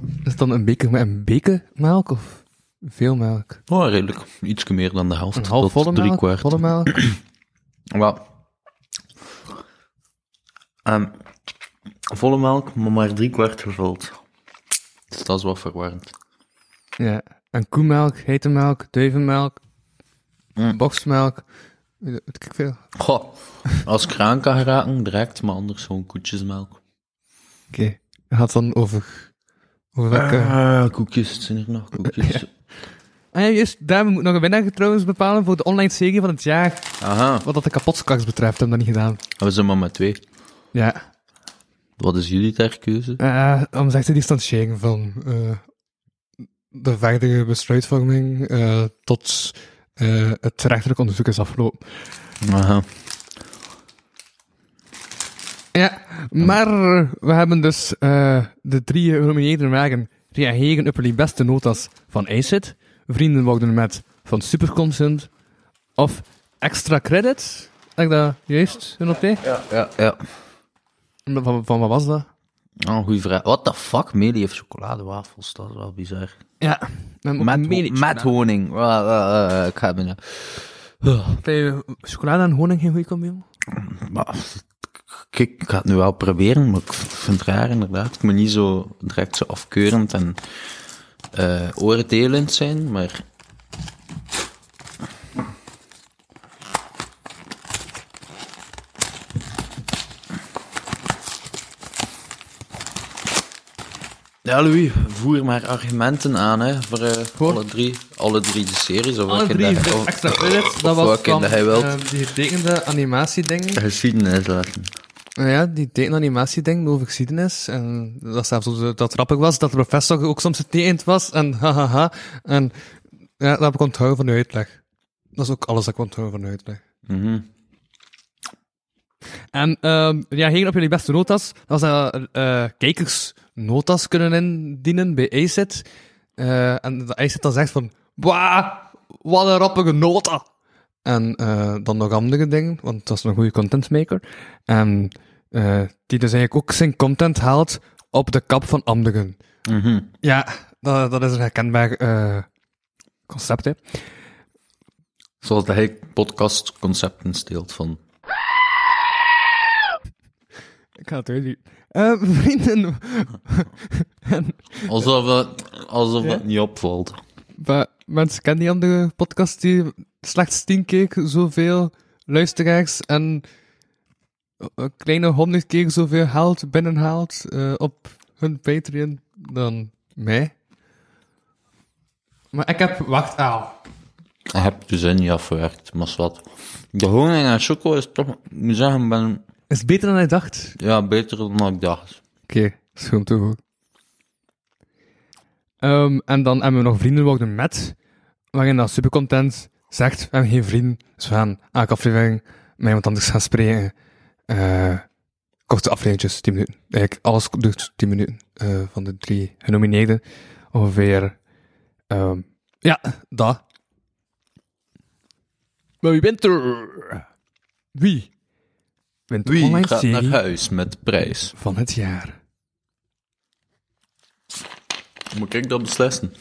[SPEAKER 4] Is het dan een beker met een bekermelk of veel melk?
[SPEAKER 3] Oh, redelijk. Iets meer dan de helft.
[SPEAKER 4] Een
[SPEAKER 3] tot
[SPEAKER 4] half volle
[SPEAKER 3] drie
[SPEAKER 4] melk?
[SPEAKER 3] kwart.
[SPEAKER 4] Volle melk?
[SPEAKER 3] Wel. Ehm, volle melk, maar maar drie kwart gevuld. Dus dat is wel verwarrend.
[SPEAKER 4] Ja. En koemelk, hete melk, duivenmelk,
[SPEAKER 3] Mm.
[SPEAKER 4] boksmelk. Weet ik veel.
[SPEAKER 3] Goh, als ik eraan kan geraken, direct, maar anders gewoon koetjesmelk.
[SPEAKER 4] Oké. Het gaat dan over. Over welke.
[SPEAKER 3] Ah, koekjes, het zijn hier nog koekjes.
[SPEAKER 4] Ah ja, juist. Daar moet nog een winnaar trouwens bepalen voor de online serie van het jaar.
[SPEAKER 3] Aha,
[SPEAKER 4] Wat dat de kapotkaks betreft, hebben we dat niet gedaan.
[SPEAKER 3] Ah, we zijn maar met twee.
[SPEAKER 4] Ja.
[SPEAKER 3] Wat is jullie ter keuze?
[SPEAKER 4] Eh, om zich te distancieren van eh, de verdere besluitvorming eh, tot eh, het rechterlijk onderzoek is afgelopen.
[SPEAKER 3] Aha.
[SPEAKER 4] Ja, maar we hebben dus eh, de drie genomineerden wagen reageren op jullie beste notas van ACID, vrienden worden met van Superconsent of extra credits. Heb ik dat juist genoteerd?
[SPEAKER 3] Ja, ja.
[SPEAKER 4] Van, van wat was dat?
[SPEAKER 3] Oh, goeie vraag. What the fuck? Meli heeft chocoladewafels, dat is wel bizar.
[SPEAKER 4] Ja,
[SPEAKER 3] Met, ho- met honing. Ah, ah, ah, ik ga binnen.
[SPEAKER 4] chocolade en honing geen goede combi?
[SPEAKER 3] Maar, kijk, ik ga het nu wel proberen, maar ik vind het raar inderdaad. Ik moet niet zo direct zo afkeurend en eh, oordelend zijn, maar... Ja, Louis, voer maar argumenten aan, hè, voor, eh,
[SPEAKER 4] Voor?
[SPEAKER 3] alle drie, alle drie de series, of
[SPEAKER 4] Alle
[SPEAKER 3] welke
[SPEAKER 4] drie
[SPEAKER 3] daar-
[SPEAKER 4] de
[SPEAKER 3] of-
[SPEAKER 4] extra credits, dat
[SPEAKER 3] of
[SPEAKER 4] was
[SPEAKER 3] welke
[SPEAKER 4] van
[SPEAKER 3] dat hij wilt.
[SPEAKER 4] eh, die getekende animatieding.
[SPEAKER 3] geschiedenis laten.
[SPEAKER 4] Nou ja, die tekende animatieding over geschiedenis. En dat zelfs zo- dat grappig was, dat de professor ook soms getekend was. En hahaha. En ja, dat heb ik onthouden van de uitleg. Dat is ook alles dat ik onthouden van de uitleg.
[SPEAKER 3] Mhm.
[SPEAKER 4] En ehm reageren op jullie beste notas. Dat was dat eh, kijkers notas kunnen indienen bij ACID. Eh en de ACID dan zegt van... Wauw, wat een rappige nota! En eh, dan nog andere dingen, want dat is een goede contentmaker. En eh, die dus eigenlijk ook zijn content haalt op de kap van anderen.
[SPEAKER 3] Mhm.
[SPEAKER 4] Ja, dat, dat is een herkenbaar eh, concept, hè.
[SPEAKER 3] Zoals dat hij podcastconcepten steelt van.
[SPEAKER 4] Ik ga het weer Eh Vrienden... en
[SPEAKER 3] Alsof dat, alsof dat niet opvalt.
[SPEAKER 4] Maar mensen kennen die andere podcast die slechts tien keer zoveel luisteraars en een kleine honderd keer zoveel haalt, binnenhaalt eh, op hun Patreon dan mij. Maar ik heb wacht al.
[SPEAKER 3] Hij heb je zin niet afgewerkt, maar wat. De honing en choco is toch, ik moet zeggen, ik ben,
[SPEAKER 4] Is beter dan hij dacht.
[SPEAKER 3] ja, beter dan ik dacht.
[SPEAKER 4] Oké, schoon toch ook. Ehm, en dan hebben we nog vrienden worden met, waarin dat supercontent zegt, we hebben geen vrienden, dus we gaan elke aflevering met iemand anders gaan spreken. Eh, korte afleveringetjes, 10 minuten. Eigenlijk alles duurt 10 minuten eh, van de drie genomineerden. Ongeveer, ehm, ja, dat. Maar wie wint er? Wie? Wint de
[SPEAKER 3] Wie
[SPEAKER 4] online
[SPEAKER 3] gaat
[SPEAKER 4] serie
[SPEAKER 3] naar huis met de prijs?
[SPEAKER 4] van het jaar?
[SPEAKER 3] Moet ik dat beslissen?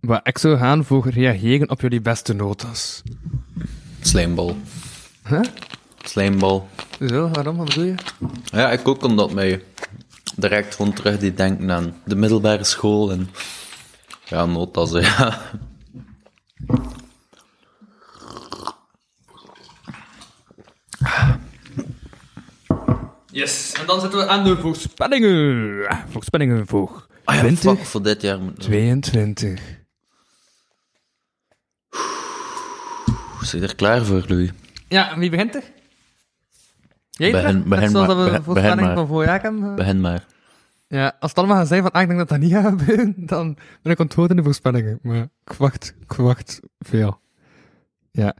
[SPEAKER 4] Waar ik zou gaan voor reageren op jullie beste notas.
[SPEAKER 3] Slijmbal.
[SPEAKER 4] Huh?
[SPEAKER 3] Slijmbal.
[SPEAKER 4] Zo, waarom? Wat bedoel je?
[SPEAKER 3] Ja, ik ook omdat mij direct gewoon terug die denken aan de middelbare school en, ja, notas, hè, ja.
[SPEAKER 4] Yes, en dan zitten we aan de voorspellingen. Voorspellingen voor
[SPEAKER 3] Ah ja,
[SPEAKER 4] 20,
[SPEAKER 3] fuck, voor dit jaar moet
[SPEAKER 4] 22.
[SPEAKER 3] Zit je er klaar voor, Louis?
[SPEAKER 4] Ja, wie begint er? Jij
[SPEAKER 3] Begin-
[SPEAKER 4] Fred? Net
[SPEAKER 3] begin
[SPEAKER 4] zoals
[SPEAKER 3] maar,
[SPEAKER 4] dat we de
[SPEAKER 3] begin-
[SPEAKER 4] voorspelling
[SPEAKER 3] begin maar.
[SPEAKER 4] van vorig jaar hebben. eh.
[SPEAKER 3] Begin maar.
[SPEAKER 4] Ja, als het allemaal gaan zijn van, ah, ik denk dat dat niet gaat gebeuren, dan ben ik onthoord in de voorspellingen. Maar ik wacht, ik wacht veel. Ja.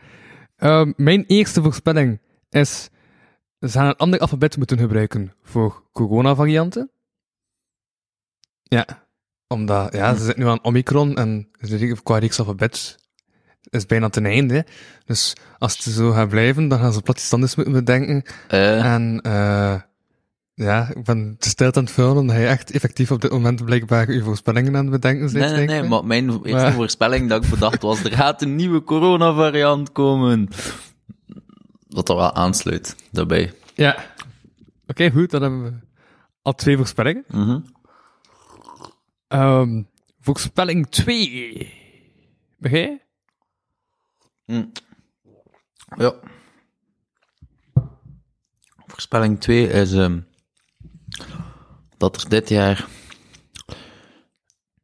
[SPEAKER 4] Ehm, mijn eerste voorspelling is, ze gaan een ander alfabet moeten gebruiken voor coronavarianten. Ja, omdat, ja, ze zitten nu aan Omicron en ze- qua reeksalfabet is bijna ten einde. Dus als ze zo gaan blijven, dan gaan ze plat iets anders moeten bedenken.
[SPEAKER 3] Eh,
[SPEAKER 4] En eh ja, ik ben gesteld aan het vullen omdat hij echt effectief op dit moment blijkbaar uw voorspellingen aan het bedenken bent.
[SPEAKER 3] Nee, nee,
[SPEAKER 4] denk
[SPEAKER 3] nee,
[SPEAKER 4] ik.
[SPEAKER 3] maar mijn eerste
[SPEAKER 4] Maar-
[SPEAKER 3] voorspelling dat ik bedacht was, er gaat een nieuwe coronavariant komen. Wat er wel aansluit, daarbij.
[SPEAKER 4] Ja. Oké, goed, dan hebben we al twee voorspellingen.
[SPEAKER 3] Mhm.
[SPEAKER 4] Ehm voorspelling 2. Begrijp?
[SPEAKER 3] Ja. Voorspelling 2 is ehm, dat er dit jaar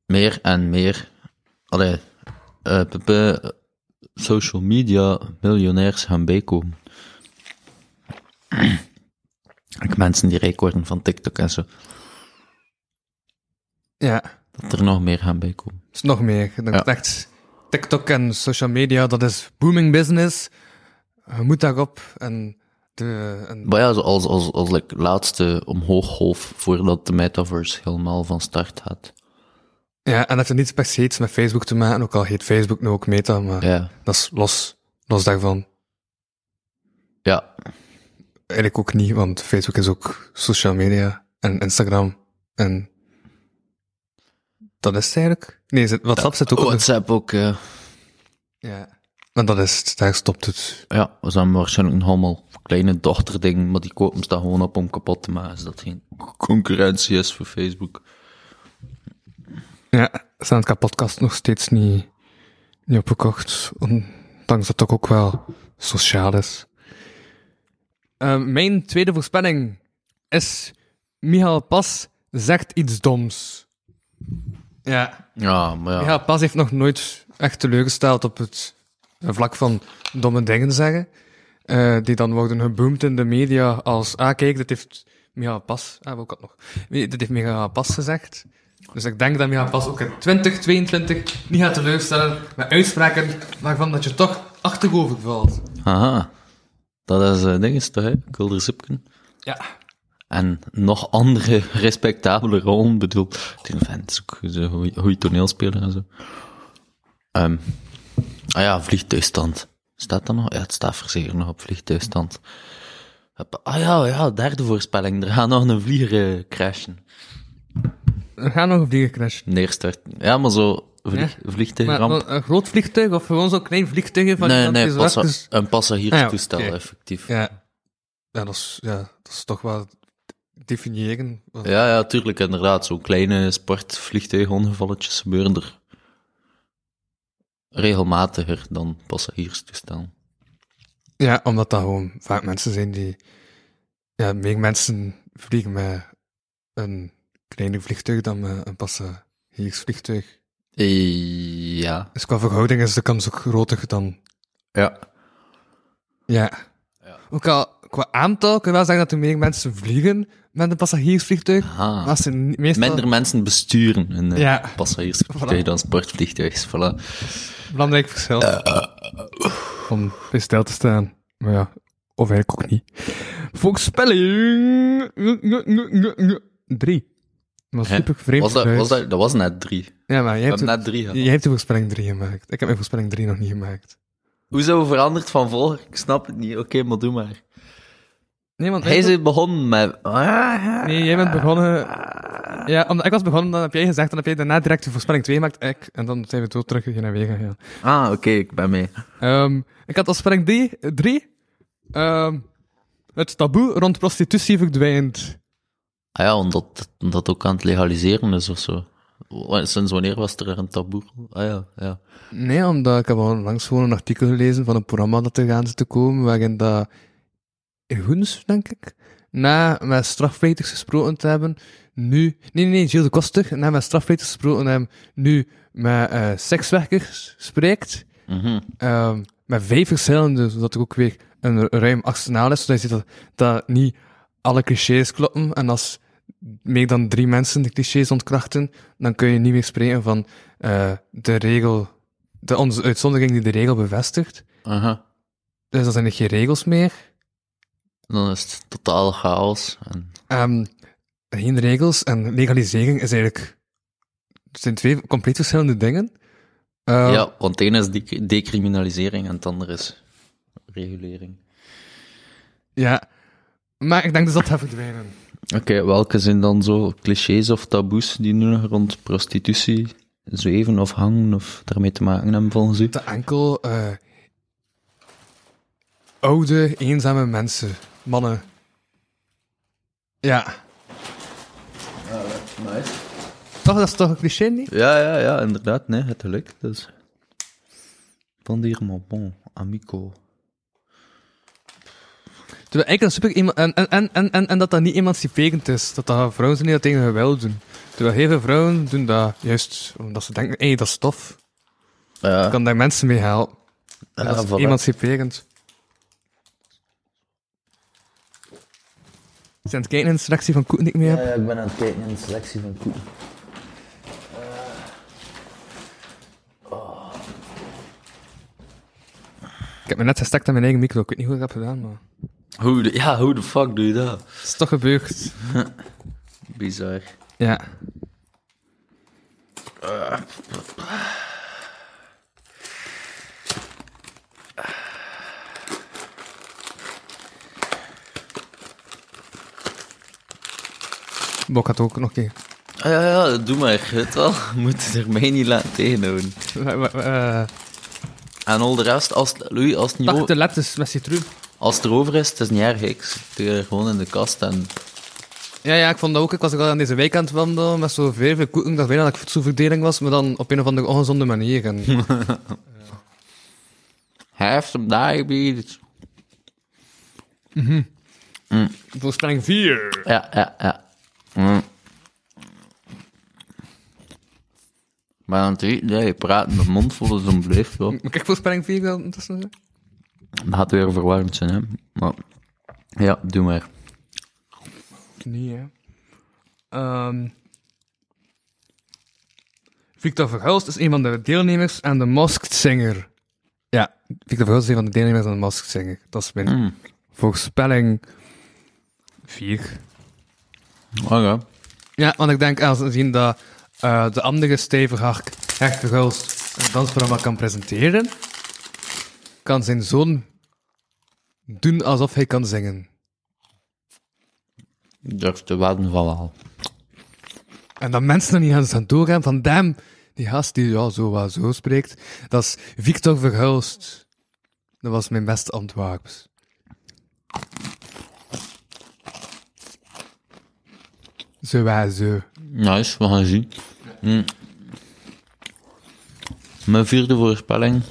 [SPEAKER 3] meer en meer allee, eh, p- p- eh, social media miljonairs gaan bijkomen. Ik mensen die rijk worden van TikTok en zo.
[SPEAKER 4] Ja.
[SPEAKER 3] Dat er nog meer gaan bijkomen.
[SPEAKER 4] is nog meer. Ik denk
[SPEAKER 3] Ja.
[SPEAKER 4] echt, TikTok en social media, dat is booming business. Je moet daarop. En de, en
[SPEAKER 3] Maar ja, zo als, als, als like, laatste omhooggolf voordat de metaverse helemaal van start gaat.
[SPEAKER 4] Ja, en dat heeft niet per se iets met Facebook te maken, ook al heet Facebook nu ook Meta, maar
[SPEAKER 3] Ja,
[SPEAKER 4] dat is los, los daarvan.
[SPEAKER 3] ja
[SPEAKER 4] Eigenlijk ook niet, want Facebook is ook social media en Instagram en dat is het eigenlijk. Nee, zit- WhatsApp zit ook op de-
[SPEAKER 3] WhatsApp ook. eh,
[SPEAKER 4] Ja. En dat is het, daar stopt het.
[SPEAKER 3] ja, we zijn waarschijnlijk nog allemaal kleine dochterding, maar die kopen ze dan gewoon op om kapot te maken, zodat dat geen concurrentie is voor Facebook.
[SPEAKER 4] Ja, staan het podcast nog steeds niet, niet opgekocht, ondanks dat het ook wel sociaal is. Eh, mijn tweede voorspelling is Michael Pas zegt iets doms. Ja.
[SPEAKER 3] Ja, maar ja.
[SPEAKER 4] Ja, Pas heeft nog nooit echt teleurgesteld op het vlak van domme dingen zeggen. eh, die dan worden geboomd in de media als, ah kijk, dit heeft Mega Pas, ah, ook had nog, Nee, dit heeft Mega Pas gezegd. Dus ik denk dat Mega Pas ook in 2022 niet gaat teleurstellen met uitspraken waarvan dat je toch achterover valt.
[SPEAKER 3] Haha. Dat is eh dinges toch, hè? Kulder Zipken.
[SPEAKER 4] Ja.
[SPEAKER 3] En nog andere respectabele rollen, bedoel. Die vent is ook een goede toneelspeler en zo. Ehm, ah ja, vliegtuigstand. Staat dat nog? Ja, het staat verzekerd nog op vliegtuigstand. Hoppa. Ah ja, ja, derde voorspelling. Er gaat nog een vlieger eh, crashen.
[SPEAKER 4] We gaan nog een vliegencrash.
[SPEAKER 3] neerstarten. Ja, maar zo vlieg,
[SPEAKER 4] Maar
[SPEAKER 3] vliegtuigramp.
[SPEAKER 4] een- een groot vliegtuig of gewoon zo'n klein vliegtuigje van
[SPEAKER 3] nee,
[SPEAKER 4] iemand
[SPEAKER 3] nee,
[SPEAKER 4] die zo
[SPEAKER 3] passa-
[SPEAKER 4] even-
[SPEAKER 3] een passagierstoestel,
[SPEAKER 4] Ah ja, oké.
[SPEAKER 3] effectief. Ja.
[SPEAKER 4] Ja. Ja, dat is, ja, dat is toch wel definiëren. want-
[SPEAKER 3] ja, tuurlijk, inderdaad. Zo'n kleine sportvliegtuigongevalletjes gebeuren er regelmatiger dan passagierstoestellen.
[SPEAKER 4] Ja, omdat dat gewoon vaak mensen zijn die. Ja, meer mensen vliegen met een kleiner vliegtuig dan met een passagiersvliegtuig.
[SPEAKER 3] Eh, Ja.
[SPEAKER 4] Dus qua verhouding is de kans ook groter dan.
[SPEAKER 3] Ja.
[SPEAKER 4] Ja. Ook al qua aantal kun je wel zeggen dat er meer mensen vliegen met een passagiersvliegtuig.
[SPEAKER 3] Aha.
[SPEAKER 4] Maar als ze ni- meestal.
[SPEAKER 3] Ah. Minder mensen besturen een eh,
[SPEAKER 4] Ja.
[SPEAKER 3] passagiersvliegtuig dan sportvliegtuig. Voilà.
[SPEAKER 4] Belangrijk verschil. eh, Om bij stil te staan. Maar ja, of eigenlijk ook niet. Voorspelling. Drie. Dat was
[SPEAKER 3] Hè?
[SPEAKER 4] super vreemd.
[SPEAKER 3] Was dat,
[SPEAKER 4] geluid.
[SPEAKER 3] was dat, dat was net drie. We
[SPEAKER 4] Ja, maar jij hebt,
[SPEAKER 3] hebben
[SPEAKER 4] het-
[SPEAKER 3] net drie gehad.
[SPEAKER 4] jij hebt de voorspelling 3 gemaakt. Ik heb mijn voorspelling 3 nog niet gemaakt.
[SPEAKER 3] Hoezo veranderd van volger? Ik snap het niet. Oké, maar doe maar.
[SPEAKER 4] Nee, want
[SPEAKER 3] Hij is begonnen met... Ah.
[SPEAKER 4] nee, jij bent begonnen. Ja, omdat ik was begonnen, dan heb jij gezegd, dan heb jij daarna direct de voorspelling 2 gemaakt. Ik, en dan zijn we zo terug hier naar weer gegaan.
[SPEAKER 3] Ah, oké, ik ben mee.
[SPEAKER 4] Ehm, ik had als voorspelling 3. Ehm het taboe rond prostitutie verdwijnt.
[SPEAKER 3] Ah ja, omdat, omdat het ook aan het legaliseren is of zo. Wa- Sinds wanneer was er een taboe? Ah ja, ja.
[SPEAKER 4] Nee, omdat ik heb al langs gewoon een artikel gelezen van een programma dat er aan zit te komen, waarin dat Goens, denk ik, na met strafpleiters gesproken te hebben, nu... Nee, nee, nee, Gilles de Koster, na met strafpleiters gesproken te hebben, nu met eh, sekswerkers spreekt,
[SPEAKER 3] Mhm.
[SPEAKER 4] ehm, met vijf verschillende, zodat er ook weer een ruim arsenaal is, zodat je ziet dat, dat niet alle clichés kloppen, en als meer dan drie mensen de clichés ontkrachten, dan kun je niet meer spreken van eh, de regel, de ons- uitzondering die de regel bevestigt.
[SPEAKER 3] Aha.
[SPEAKER 4] Dus dan zijn er geen regels meer.
[SPEAKER 3] Dan is het totaal chaos. En,
[SPEAKER 4] Ehm, geen regels en legalisering is eigenlijk. Het zijn twee compleet verschillende dingen. Ehm,
[SPEAKER 3] ja, want het ene is de- decriminalisering en het andere is regulering.
[SPEAKER 4] ja. Maar ik denk dus dat gaat verdwijnen.
[SPEAKER 3] Oké, welke zijn dan zo clichés of taboes die nu nog rond prostitutie zweven of hangen of daarmee te maken hebben volgens u?
[SPEAKER 4] De enkel eh, oude, eenzame mensen, mannen. Ja.
[SPEAKER 3] Ah, Nice.
[SPEAKER 4] Dat
[SPEAKER 6] toch, dat is toch een cliché, niet?
[SPEAKER 3] Ja, ja, ja, inderdaad. Nee, het lukt dus. Pandirement, bon, amico.
[SPEAKER 4] Terwijl eigenlijk dat super ema- en, en, en, en, en, en dat dat niet emanciperend is. Dat dat vrouwen zijn die dat tegen geweld doen. Terwijl heel veel vrouwen doen dat juist omdat ze denken, hé, dat is tof.
[SPEAKER 3] Ja,
[SPEAKER 4] Ik kan daar mensen mee helpen. En
[SPEAKER 3] ja,
[SPEAKER 4] dat is
[SPEAKER 3] voilà.
[SPEAKER 4] emanciperend. Zijn aan het kijken in de selectie van koeten die ik mee heb?
[SPEAKER 3] Ja, ja, Eh, ik ben aan het kijken in de selectie van koeken.
[SPEAKER 4] Ik heb me net gestekt aan mijn eigen micro. Ik weet niet hoe ik dat heb gedaan, maar...
[SPEAKER 3] Hoe de, ja, hoe de fuck doe je dat?
[SPEAKER 4] Het is toch gebeurd.
[SPEAKER 3] Bizar.
[SPEAKER 4] Ja. Bok had ook nog een
[SPEAKER 3] Ah, ja, ja, doe maar. Het al. Je moet er mij niet laten tegenhouden.
[SPEAKER 4] keer. Eh, eh, eh,
[SPEAKER 3] En al de rest, als, het- Louis, als, het niveau-
[SPEAKER 4] 80 letters met citroen.
[SPEAKER 3] als het erover is, het is een jaar heks. Het is gewoon in de kast en...
[SPEAKER 4] Ja, ja, ik vond dat ook. Ik was ook al aan deze week aan het wandelen met zo veel, veel koeken. Ik dacht bijna dat ik voedselverdeling was, maar dan op een of andere ongezonde manier. En
[SPEAKER 3] Have some diabetes.
[SPEAKER 4] voorstelling 4.
[SPEAKER 3] Ja, ja, ja. Mm. Maar aan het eten, ja, je praat met de mond vol, dus dan blijft wel.
[SPEAKER 4] Moet ik voorspelling 4 wel intussen zeggen?
[SPEAKER 3] Dat gaat weer verwarmd zijn, hè. Maar... Ja, doe maar.
[SPEAKER 4] Nee, hè. Ehm Victor Verhulst is een van de deelnemers aan de Masked Singer. Ja, Victor Verhulst is een van de deelnemers aan de Masked Singer. Dat is mijn voorspelling 4.
[SPEAKER 3] Oh ja.
[SPEAKER 4] Ja, want ik denk aangezien dat eh, de andere Steven Hark echt Verhulst een dansprogramma kan presenteren, kan zijn zoon doen alsof hij kan zingen.
[SPEAKER 3] Ik durf te waden van wel.
[SPEAKER 4] En dat mensen er niet aan staan doorgaan van damn, die gast die ja, zo wat zo spreekt, dat is Victor Verhulst. Dat was mijn beste Antwerps. Zo waar zo.
[SPEAKER 3] Nice, we gaan zien. Mm. Mijn vierde voorspelling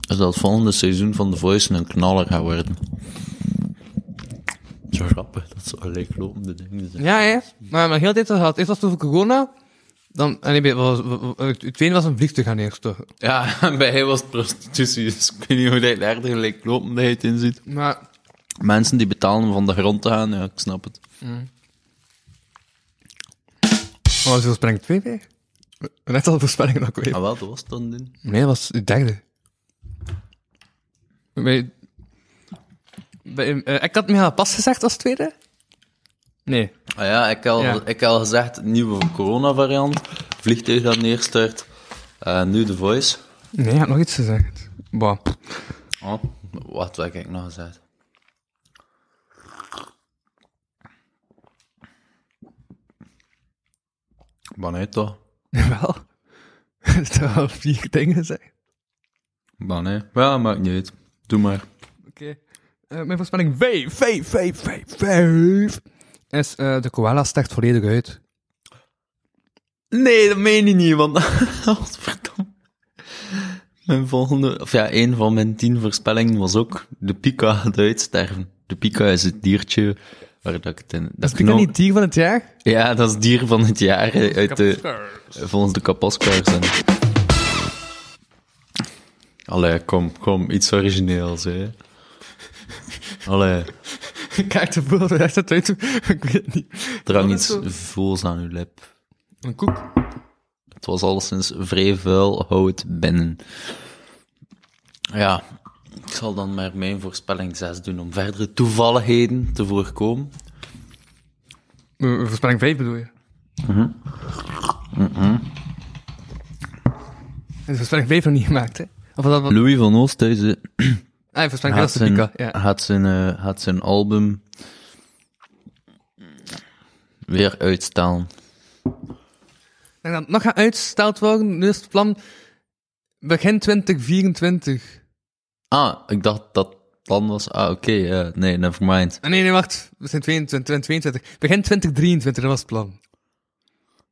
[SPEAKER 3] is dat het volgende seizoen van The Voice een knaller gaat worden. Zo grappig, dat zo gelijklopende dingen zijn.
[SPEAKER 4] Ja, hè? Maar mijn hele tijd dat gehad. Eerst was het over corona. Dan, en nee, was, het tweede was een vliegtuig aan eerst toch.
[SPEAKER 3] Ja, bij hij was het prostitutie, dus ik weet niet hoe hij daar de gelijklopendheid in ziet.
[SPEAKER 4] Maar
[SPEAKER 3] Mensen die betalen om van de grond te gaan, ja, ik snap het.
[SPEAKER 4] was het sprengt twee weer? Net al voorspellingen nog weer.
[SPEAKER 3] Maar wat Ah, was het dan? doen?
[SPEAKER 4] Nee, dat was de derde. Bij, bij, eh, ik had Michael Pas gezegd als tweede? Nee.
[SPEAKER 3] Ah ja, ik al,
[SPEAKER 4] Ja.
[SPEAKER 3] Ik al gezegd, nieuwe coronavariant, vliegtuig dat neerstort, eh, nu The Voice.
[SPEAKER 4] Nee, je had nog iets gezegd. Bah.
[SPEAKER 3] Oh, wat heb ik nog gezegd? Banet toch?
[SPEAKER 4] Wel. Er zijn al vier dingen gezegd.
[SPEAKER 3] Banet. Ja, maakt niet uit. Doe maar.
[SPEAKER 4] Oké. Eh, mijn voorspelling vijf, vijf, vijf, vijf, vijf. Is eh, de koala stijgt volledig uit.
[SPEAKER 3] Nee, dat meen je niet, want... Godverdomme. Mijn volgende... Of ja, een van mijn tien voorspellingen was ook... De pika gaat uitsterven. De pika is het diertje waar dat ik het in... Dat
[SPEAKER 4] Vind ik dat
[SPEAKER 3] knol-
[SPEAKER 4] niet dier van het jaar?
[SPEAKER 3] Ja, dat is het dier van het jaar eh, uit de... Volgens de kapaskaars en... Allee, kom, kom, iets origineels, hè. Allee,
[SPEAKER 4] Kijk, de boel, de rest het uit. Ik weet het niet.
[SPEAKER 3] drang
[SPEAKER 4] Dat is
[SPEAKER 3] iets
[SPEAKER 4] zo.
[SPEAKER 3] voels aan uw lip.
[SPEAKER 4] Een koek.
[SPEAKER 3] Het was alleszins vrij vuil, hou het binnen. Ja, ik zal dan maar mijn voorspelling 6 doen om verdere toevalligheden te voorkomen.
[SPEAKER 4] Eh, Voorspelling vijf bedoel je? Het is voorspelling 5 nog niet gemaakt, hè? Of was dat wat...
[SPEAKER 3] Louis van Oosthuizen
[SPEAKER 4] Ah, voorspelling
[SPEAKER 3] had
[SPEAKER 4] 5
[SPEAKER 3] zijn,
[SPEAKER 4] Pika, ja.
[SPEAKER 3] had, zijn, eh, had zijn album weer uitstaan.
[SPEAKER 4] Ik denk dat het nog gaat uitgesteld worden. Nu is het plan begin 2024.
[SPEAKER 3] Ah, ik dacht dat het plan was. Ah, oké, ja, nee, never mind.
[SPEAKER 4] Ah, nee, nee, wacht. We zijn 22, 22. Begin 2023, dat was het plan.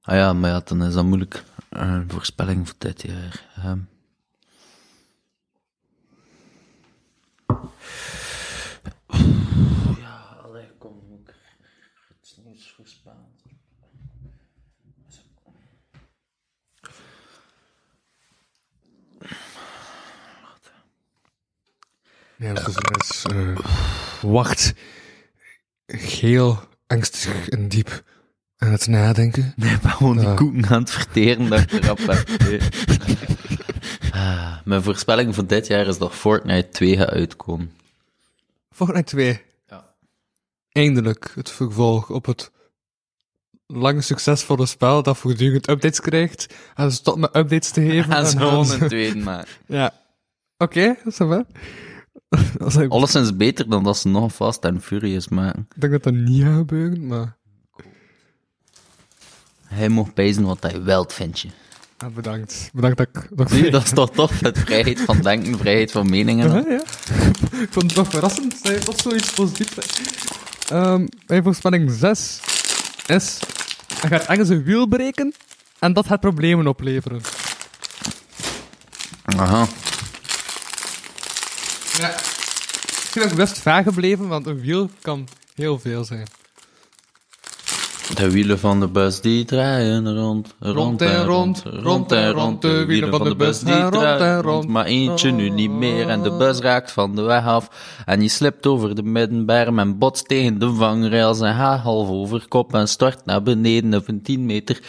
[SPEAKER 3] Ah ja, maar ja, dan is dat moeilijk. Een voorspelling voor dit jaar. Ehm. Ja, allee, kom, ook. Het is niet voorspellen.
[SPEAKER 4] Ja, dat is, dat is, eh, wacht. Geel, angstig en diep aan het nadenken.
[SPEAKER 3] Ik ben gewoon die
[SPEAKER 4] Ja.
[SPEAKER 3] koeken aan het verteren dat ik erop heb. Nee. Ah, Mijn voorspelling voor dit jaar is dat Fortnite 2 gaat uitkomen.
[SPEAKER 4] Fortnite 2.
[SPEAKER 3] Ja.
[SPEAKER 4] Eindelijk het vervolg op het lang succesvolle spel dat voortdurend updates krijgt. En ze stop met updates te geven.
[SPEAKER 3] Gaan ze
[SPEAKER 4] En gaan
[SPEAKER 3] gewoon
[SPEAKER 4] ze-
[SPEAKER 3] een tweede maken.
[SPEAKER 4] Ja. Oké, dat is wel. Als ik,
[SPEAKER 3] Alleszins beter dan dat ze nog een Fast and Furious maken.
[SPEAKER 4] ik denk dat dat niet gaat gebeuren, maar
[SPEAKER 3] Hij mocht pezen wat hij wilt, vind je.
[SPEAKER 4] ah, bedankt. Bedankt dat ik... Dat ik-
[SPEAKER 3] Zie, dat is toch tof, het vrijheid van denken, vrijheid van meningen.
[SPEAKER 4] Ja, ja. ik vond het toch verrassend. Dat je toch zoiets positiefs zei. Ehm, mijn voorspelling 6 is... Hij gaat ergens een wiel breken en dat gaat problemen opleveren.
[SPEAKER 3] Aha.
[SPEAKER 4] Ja. Ik vind dat best vaag gebleven, want een wiel kan heel veel zijn.
[SPEAKER 3] De wielen van de bus die draaien rond,
[SPEAKER 4] Rond en rond, rond en rond, de wielen van de bus gaan rond en rond.
[SPEAKER 3] Maar eentje nu niet meer en de bus raakt van de weg af. En je slipt over de middenberm en botst tegen de vangrails en gaat half over kop en stort naar beneden op een 10 meter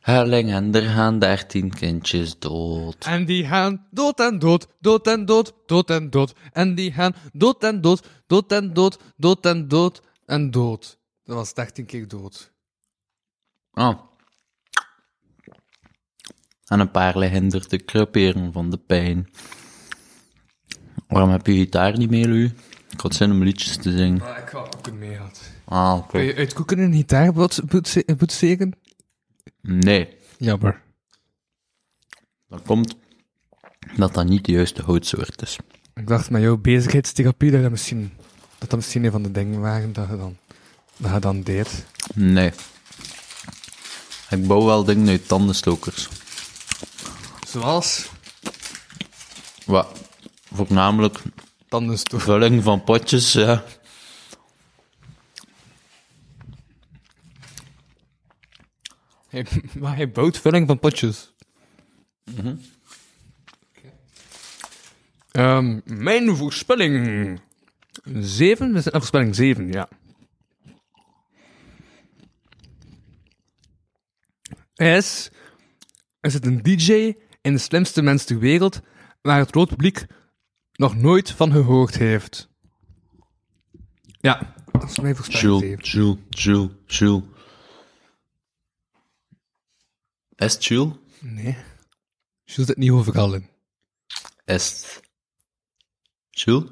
[SPEAKER 3] helling. En er gaan 13 kindjes dood.
[SPEAKER 4] En die gaan dood en dood, dood en dood, dood en dood. En die gaan dood en dood, dood en dood, dood en dood en dood. Dat was 13 keer dood.
[SPEAKER 3] Oh. En een paar liggen er te creperen van de pijn. Waarom heb je gitaar niet mee, Lu? Ik had zin om liedjes te zingen.
[SPEAKER 4] Maar ik had ook mee had.
[SPEAKER 3] Ah, oké.
[SPEAKER 4] Kun je uit koeken een gitaar boetse- boetse- boetseren?
[SPEAKER 3] Nee,
[SPEAKER 4] Jammer.
[SPEAKER 3] dat komt dat dat niet de juiste houtsoort is.
[SPEAKER 4] Ik dacht met jouw bezigheidstherapie dat dat misschien, dat dat misschien een van de dingen waren dat je dan, dat je dan deed.
[SPEAKER 3] Nee. Ik bouw wel dingen uit tandenstokers.
[SPEAKER 4] Zoals?
[SPEAKER 3] Wat voornamelijk
[SPEAKER 4] Tandenstof.
[SPEAKER 3] vulling van potjes, ja.
[SPEAKER 4] Hij, maar hij bouwt vulling van potjes. Ehm, mijn voorspelling. Zeven? We zijn aan voorspelling zeven, ja. Is, er zit een DJ in de slimste mens ter wereld waar het rood publiek nog nooit van gehoord heeft. Ja, dat is mijn voorspelling
[SPEAKER 3] Jules,
[SPEAKER 4] zeven.
[SPEAKER 3] Jules, Jules, Jules. Is het Jules?
[SPEAKER 4] Nee. Je zit niet overal in.
[SPEAKER 3] Est. Jules?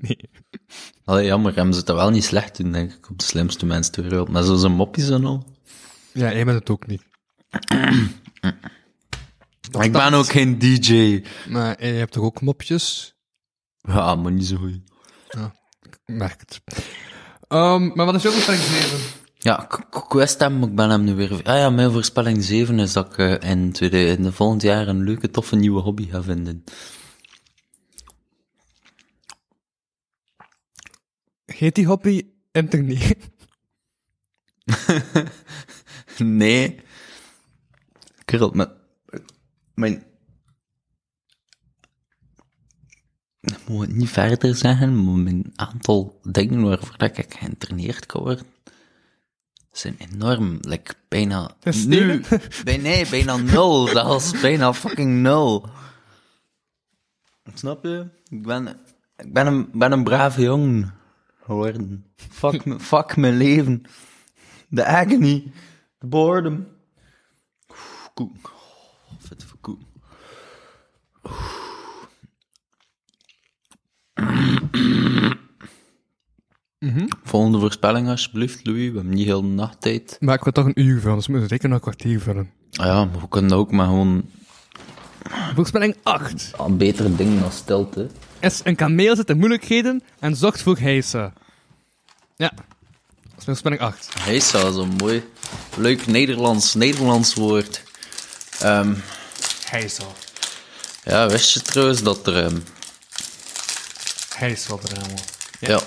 [SPEAKER 4] nee.
[SPEAKER 3] Allee, jammer, hem zit dat wel niet slecht doen, denk ik, op de slimste mensen ter wereld. Maar zo zijn mopjes en al.
[SPEAKER 4] Ja, jij bent het ook niet.
[SPEAKER 3] ik ben ook geen DJ.
[SPEAKER 4] Maar eh, je hebt toch ook mopjes?
[SPEAKER 3] Ja, maar niet zo goed.
[SPEAKER 4] Ik merk het. Ehm, maar wat is jouw voorspelling 7?
[SPEAKER 3] Ja, ik- ik ik wist hem, maar ik ben hem nu weer... Ah ja, mijn voorspelling 7 is dat ik eh, in, tweede, in de volgend jaar een leuke, toffe nieuwe hobby ga vinden.
[SPEAKER 4] Heet die hobby internet?
[SPEAKER 3] Nee. Kerel, mijn... Mijn... Ik moet het niet verder zeggen, maar mijn aantal dingen waarvoor dat ik geïnterneerd kan worden, zijn enorm. Like, bijna...
[SPEAKER 4] Dat is
[SPEAKER 3] Nu...
[SPEAKER 4] niet, hè?
[SPEAKER 3] bij- nee, bijna nul. Dat was bijna fucking nul. Snap je? Ik ben... Ik ben een, ben een brave jongen geworden. Fuck, me, fuck mijn leven. De agony. De boredom. Oeh, Koek. Oh, Vet voor koek. Mhm. Volgende voorspelling alsjeblieft, Louis. We hebben niet heel de nacht tijd.
[SPEAKER 4] Maar ik wil toch een uur vullen, dus we moeten zeker nog een kwartier vullen.
[SPEAKER 3] Ah Ja, maar we kunnen ook maar gewoon
[SPEAKER 4] Voorspelling 8.
[SPEAKER 3] een beter ding dan stilte.
[SPEAKER 4] Is een kameel zit in moeilijkheden en zorgt voor heisa. Ja. Dat is spelling 8.
[SPEAKER 3] Hij is zelfs een mooi, leuk Nederlands, Nederlands woord. Ehm,
[SPEAKER 4] Heisel.
[SPEAKER 3] ja, wist je trouwens dat er... ehm,
[SPEAKER 4] Heisel er helemaal.
[SPEAKER 3] ja.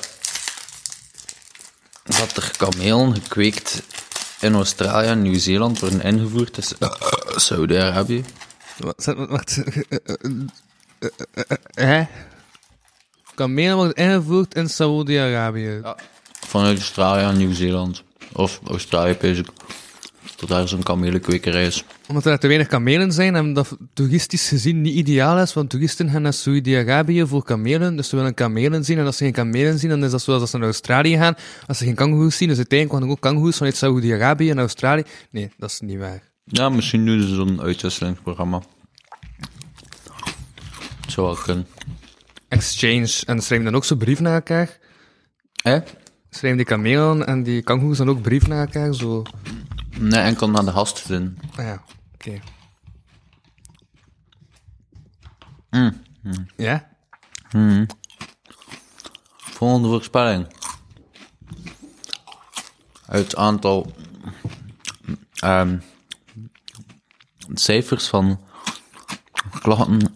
[SPEAKER 3] Dat er kamelen gekweekt in Australië en Nieuw-Zeeland worden ingevoerd is Saudi-Arabië.
[SPEAKER 4] Wacht. wacht. Eh, Hè? Kamelen wordt ingevoerd in Saoedi-Arabië.
[SPEAKER 3] Vanuit Australië en Nieuw-Zeeland. Of Australië, pees ik. Dat daar zo'n kamelenkwekerij is.
[SPEAKER 4] Omdat er te weinig kamelen zijn en dat toeristisch gezien niet ideaal is, want toeristen gaan naar Saoedi-Arabië voor kamelen, dus ze willen kamelen zien. En als ze geen kamelen zien, dan is dat zoals als ze naar Australië gaan. Als ze geen kangoeroes zien, dus uiteindelijk gaan ook kangoeroes vanuit Saoedi-Arabië naar Australië. Nee, dat is niet waar.
[SPEAKER 3] Ja, misschien doen ze zo'n uitwisselingsprogramma. Zou wel kunnen.
[SPEAKER 4] Exchange. En schrijven dan ook zo brief naar elkaar.
[SPEAKER 3] Hè?
[SPEAKER 4] Schrijven die kamelen en die kangoeroes dan ook brief naar elkaar, zo.
[SPEAKER 3] Nee, enkel naar de gasten.
[SPEAKER 4] Ah ja, oké. Ja?
[SPEAKER 3] Volgende voorspelling. Het aantal ehm, cijfers van klachten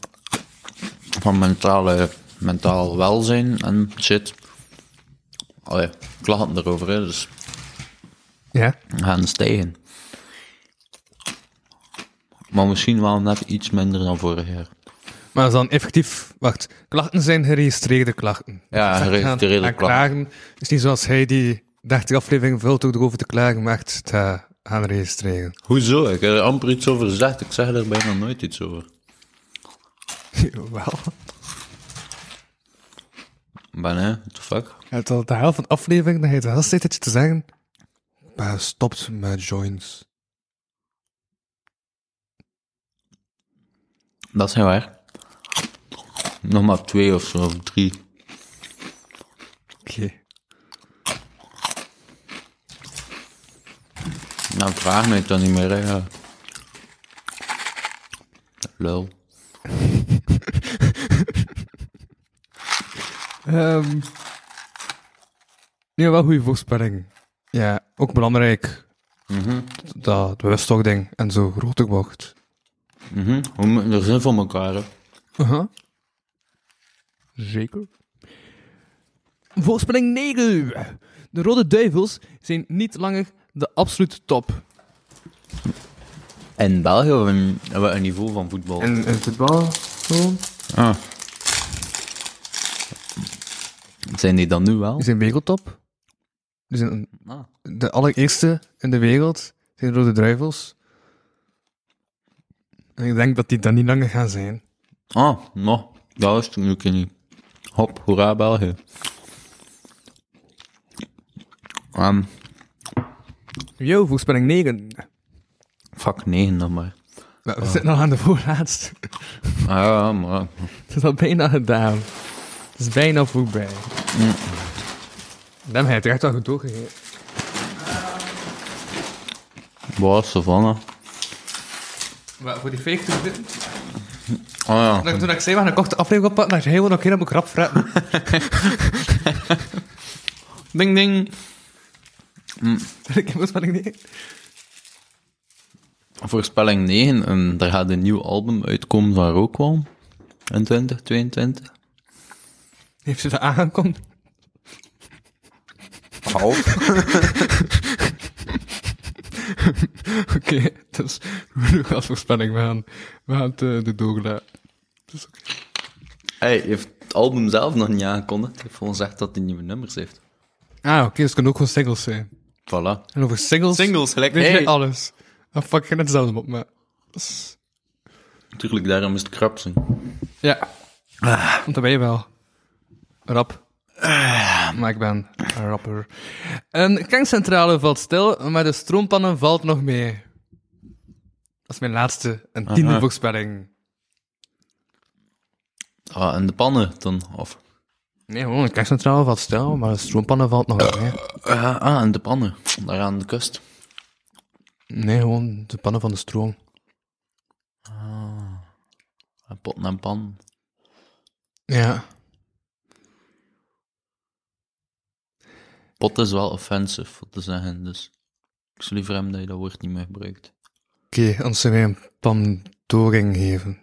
[SPEAKER 3] van mentale, mentaal welzijn en shit. Allee, klachten erover, hè, dus
[SPEAKER 4] Ja?
[SPEAKER 3] gaan stijgen. Maar misschien wel net iets minder dan vorig jaar.
[SPEAKER 4] Maar dat is dan effectief... Wacht, klachten zijn geregistreerde klachten.
[SPEAKER 3] Ja,
[SPEAKER 4] Dus
[SPEAKER 3] geregistreerde
[SPEAKER 4] aan- aan
[SPEAKER 3] klachten.
[SPEAKER 4] klagen is niet zoals hij die 30 aflevering vult ook erover te klagen, maar echt te gaan registreren.
[SPEAKER 3] Hoezo? Ik heb er amper iets over gezegd. Ik zeg er bijna nooit iets over.
[SPEAKER 4] Wel.
[SPEAKER 3] Ben hè? What the fuck?
[SPEAKER 4] Het al de helft van de aflevering dat hij het wel steeds te zeggen. Maar stopt met joints.
[SPEAKER 3] Dat zijn waar. Nog maar twee of zo, of drie.
[SPEAKER 4] Oké.
[SPEAKER 3] Nou, vraag me het dan niet meer, hè. ja. Lul.
[SPEAKER 4] Ehm. nee, wel goede voorspelling. Ja, ook belangrijk. Dat bewustwording en zo groter wordt.
[SPEAKER 3] Mhm. We moeten er zin voor elkaar, hè.
[SPEAKER 4] Aha. Zeker. Voorspelling 9. De Rode Duivels zijn niet langer de absolute top.
[SPEAKER 3] In België hebben we een, hebben we een niveau van voetbal.
[SPEAKER 4] En het voetbal?
[SPEAKER 3] Ah. Zijn die dan nu wel?
[SPEAKER 4] Die zijn wereldtop. Die zijn
[SPEAKER 3] Ah.
[SPEAKER 4] de allereerste in de wereld zijn de Rode Duivels. En ik denk dat die dan niet langer gaan zijn.
[SPEAKER 3] Ah, nog. Dat wist ik nu een keer niet. Hop, hoera België. Ehm,
[SPEAKER 4] Yo, voorspelling 9.
[SPEAKER 3] fuck, negen dan maar.
[SPEAKER 4] We we zitten al aan de voorlaatste.
[SPEAKER 3] Ah, ja, maar...
[SPEAKER 4] Het is al bijna gedaan. Het is bijna voorbij. Dan heb je het echt wel goed doorgegeven.
[SPEAKER 3] Boah, Savannah.
[SPEAKER 4] Maar voor die fake toen, toen,
[SPEAKER 3] Ah ja,
[SPEAKER 4] ik- toen ik zei, we gaan een korte aflevering oppakken, dacht je, heel oké, dan moet ik rap fretten.
[SPEAKER 3] ding ding.
[SPEAKER 4] ik moest maar niet.
[SPEAKER 3] Voorspelling 9, en daar gaat een nieuw album uitkomen van Rookwalm. In 2022.
[SPEAKER 4] Heeft ze dat aangekomen?
[SPEAKER 3] Half.
[SPEAKER 4] Oké, dat is genoeg als voorspelling. We gaan, we gaan het eh, de doorlaten.
[SPEAKER 3] Hij heeft het album zelf nog niet aangekondigd. Hij heeft gewoon gezegd dat hij nieuwe nummers heeft.
[SPEAKER 4] Ah, oké, dus het kunnen ook gewoon singles zijn.
[SPEAKER 3] Voilà.
[SPEAKER 4] En over singles...
[SPEAKER 3] Singles, gelijk
[SPEAKER 4] Weet
[SPEAKER 3] mij.
[SPEAKER 4] je alles. Dan fuck ik net zelf op, maar... dat is-
[SPEAKER 3] Natuurlijk, daarom is het krap zijn.
[SPEAKER 4] Ja. Want dan ben je wel. Rap. Maar ik ben een rapper. Een kerncentrale valt stil, maar de stroompannen valt nog mee. Dat is mijn laatste en tiende
[SPEAKER 3] Aha.
[SPEAKER 4] voorspelling.
[SPEAKER 3] Ah, en de pannen dan, of...
[SPEAKER 4] Nee, gewoon een kerncentrale valt stil, maar de stroompannen valt nog mee.
[SPEAKER 3] Ah, ah, en de pannen. Daar aan de kust.
[SPEAKER 4] Nee, gewoon de pannen van de stroom.
[SPEAKER 3] En Ah, potten en pan.
[SPEAKER 4] Ja.
[SPEAKER 3] Pot is wel offensive, wat te zeggen, dus ik zou liever hebben dat je dat woord niet meer gebruikt.
[SPEAKER 4] Oké, dan zullen wij een pandoring geven.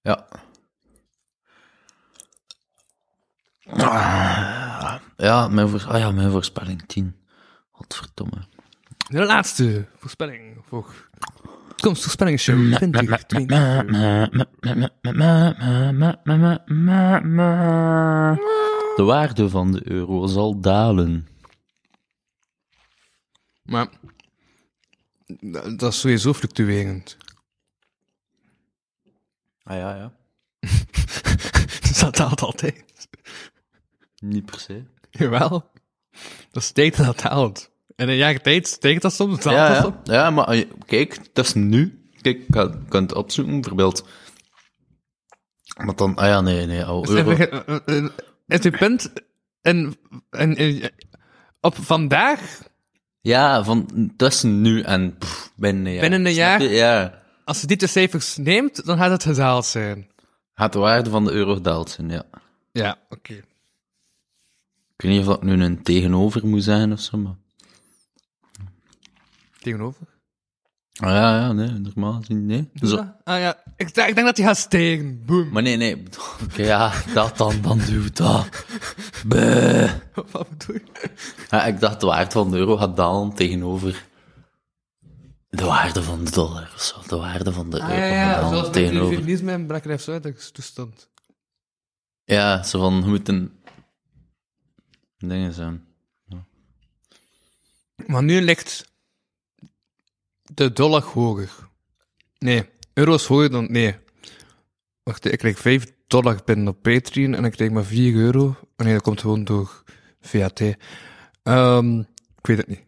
[SPEAKER 3] Ja. Ja, mijn, voors- ah ja, mijn voorspelling 10. Godverdomme.
[SPEAKER 4] De laatste voorspelling voor toekomst voorspellingsshow 2020.
[SPEAKER 3] De waarde van de euro zal dalen.
[SPEAKER 4] Maar dat dat is sowieso fluctuerend.
[SPEAKER 3] Ah ja, ja.
[SPEAKER 4] dat daalt altijd.
[SPEAKER 3] Niet per se.
[SPEAKER 4] Jawel. Dat steekt en dat daalt. En in een jaar tijd steekt dat soms, daalt
[SPEAKER 3] Ja,
[SPEAKER 4] dat
[SPEAKER 3] ja.
[SPEAKER 4] soms.
[SPEAKER 3] ja maar eh, kijk, dat is nu. Kijk, ik kan, ik kan het opzoeken, bijvoorbeeld. Maar dan, ah ja, nee, nee, al
[SPEAKER 4] Dus
[SPEAKER 3] euro.
[SPEAKER 4] even, eh, eh, eh, Het je punt en, en, eh, op vandaag,
[SPEAKER 3] Ja, van tussen nu en pff, binnen een jaar.
[SPEAKER 4] Binnen een
[SPEAKER 3] Snap je? Ja.
[SPEAKER 4] als je die twee cijfers neemt, dan gaat het gedaald zijn.
[SPEAKER 3] Gaat de waarde van de euro gedaald zijn, ja.
[SPEAKER 4] Ja, oké.
[SPEAKER 3] Ik weet niet of dat nu een tegenover moet zijn of zo, maar...
[SPEAKER 4] Tegenover.
[SPEAKER 3] Ah, ja, ja, nee, normaal gezien, nee. Zo.
[SPEAKER 4] Ah ja, ik, denk- ik denk dat die gaat stegen. Boom.
[SPEAKER 3] Maar nee, nee. Oké, ja, dat dan, dan doet dat. Bleh.
[SPEAKER 4] Wat bedoel je?
[SPEAKER 3] Ja, ik dacht, de waarde van de euro gaat dalen tegenover de waarde van de dollar of zo. De waarde van de euro
[SPEAKER 4] Ah, ja,
[SPEAKER 3] gaat
[SPEAKER 4] ja,
[SPEAKER 3] dalen
[SPEAKER 4] zoals met die
[SPEAKER 3] tegenover...
[SPEAKER 4] Vietnamese en Black Zuid toestand.
[SPEAKER 3] Ja, zo van, hoe moet een... Dingen zijn.
[SPEAKER 4] Maar nu ligt de dollar hoger. Nee, euro's hoger dan... Nee. Wacht, ik kreeg 5 dollar binnen op Patreon en ik kreeg maar 4 euro. Oh nee, dat komt gewoon door VAT. Ehm, ik weet het niet.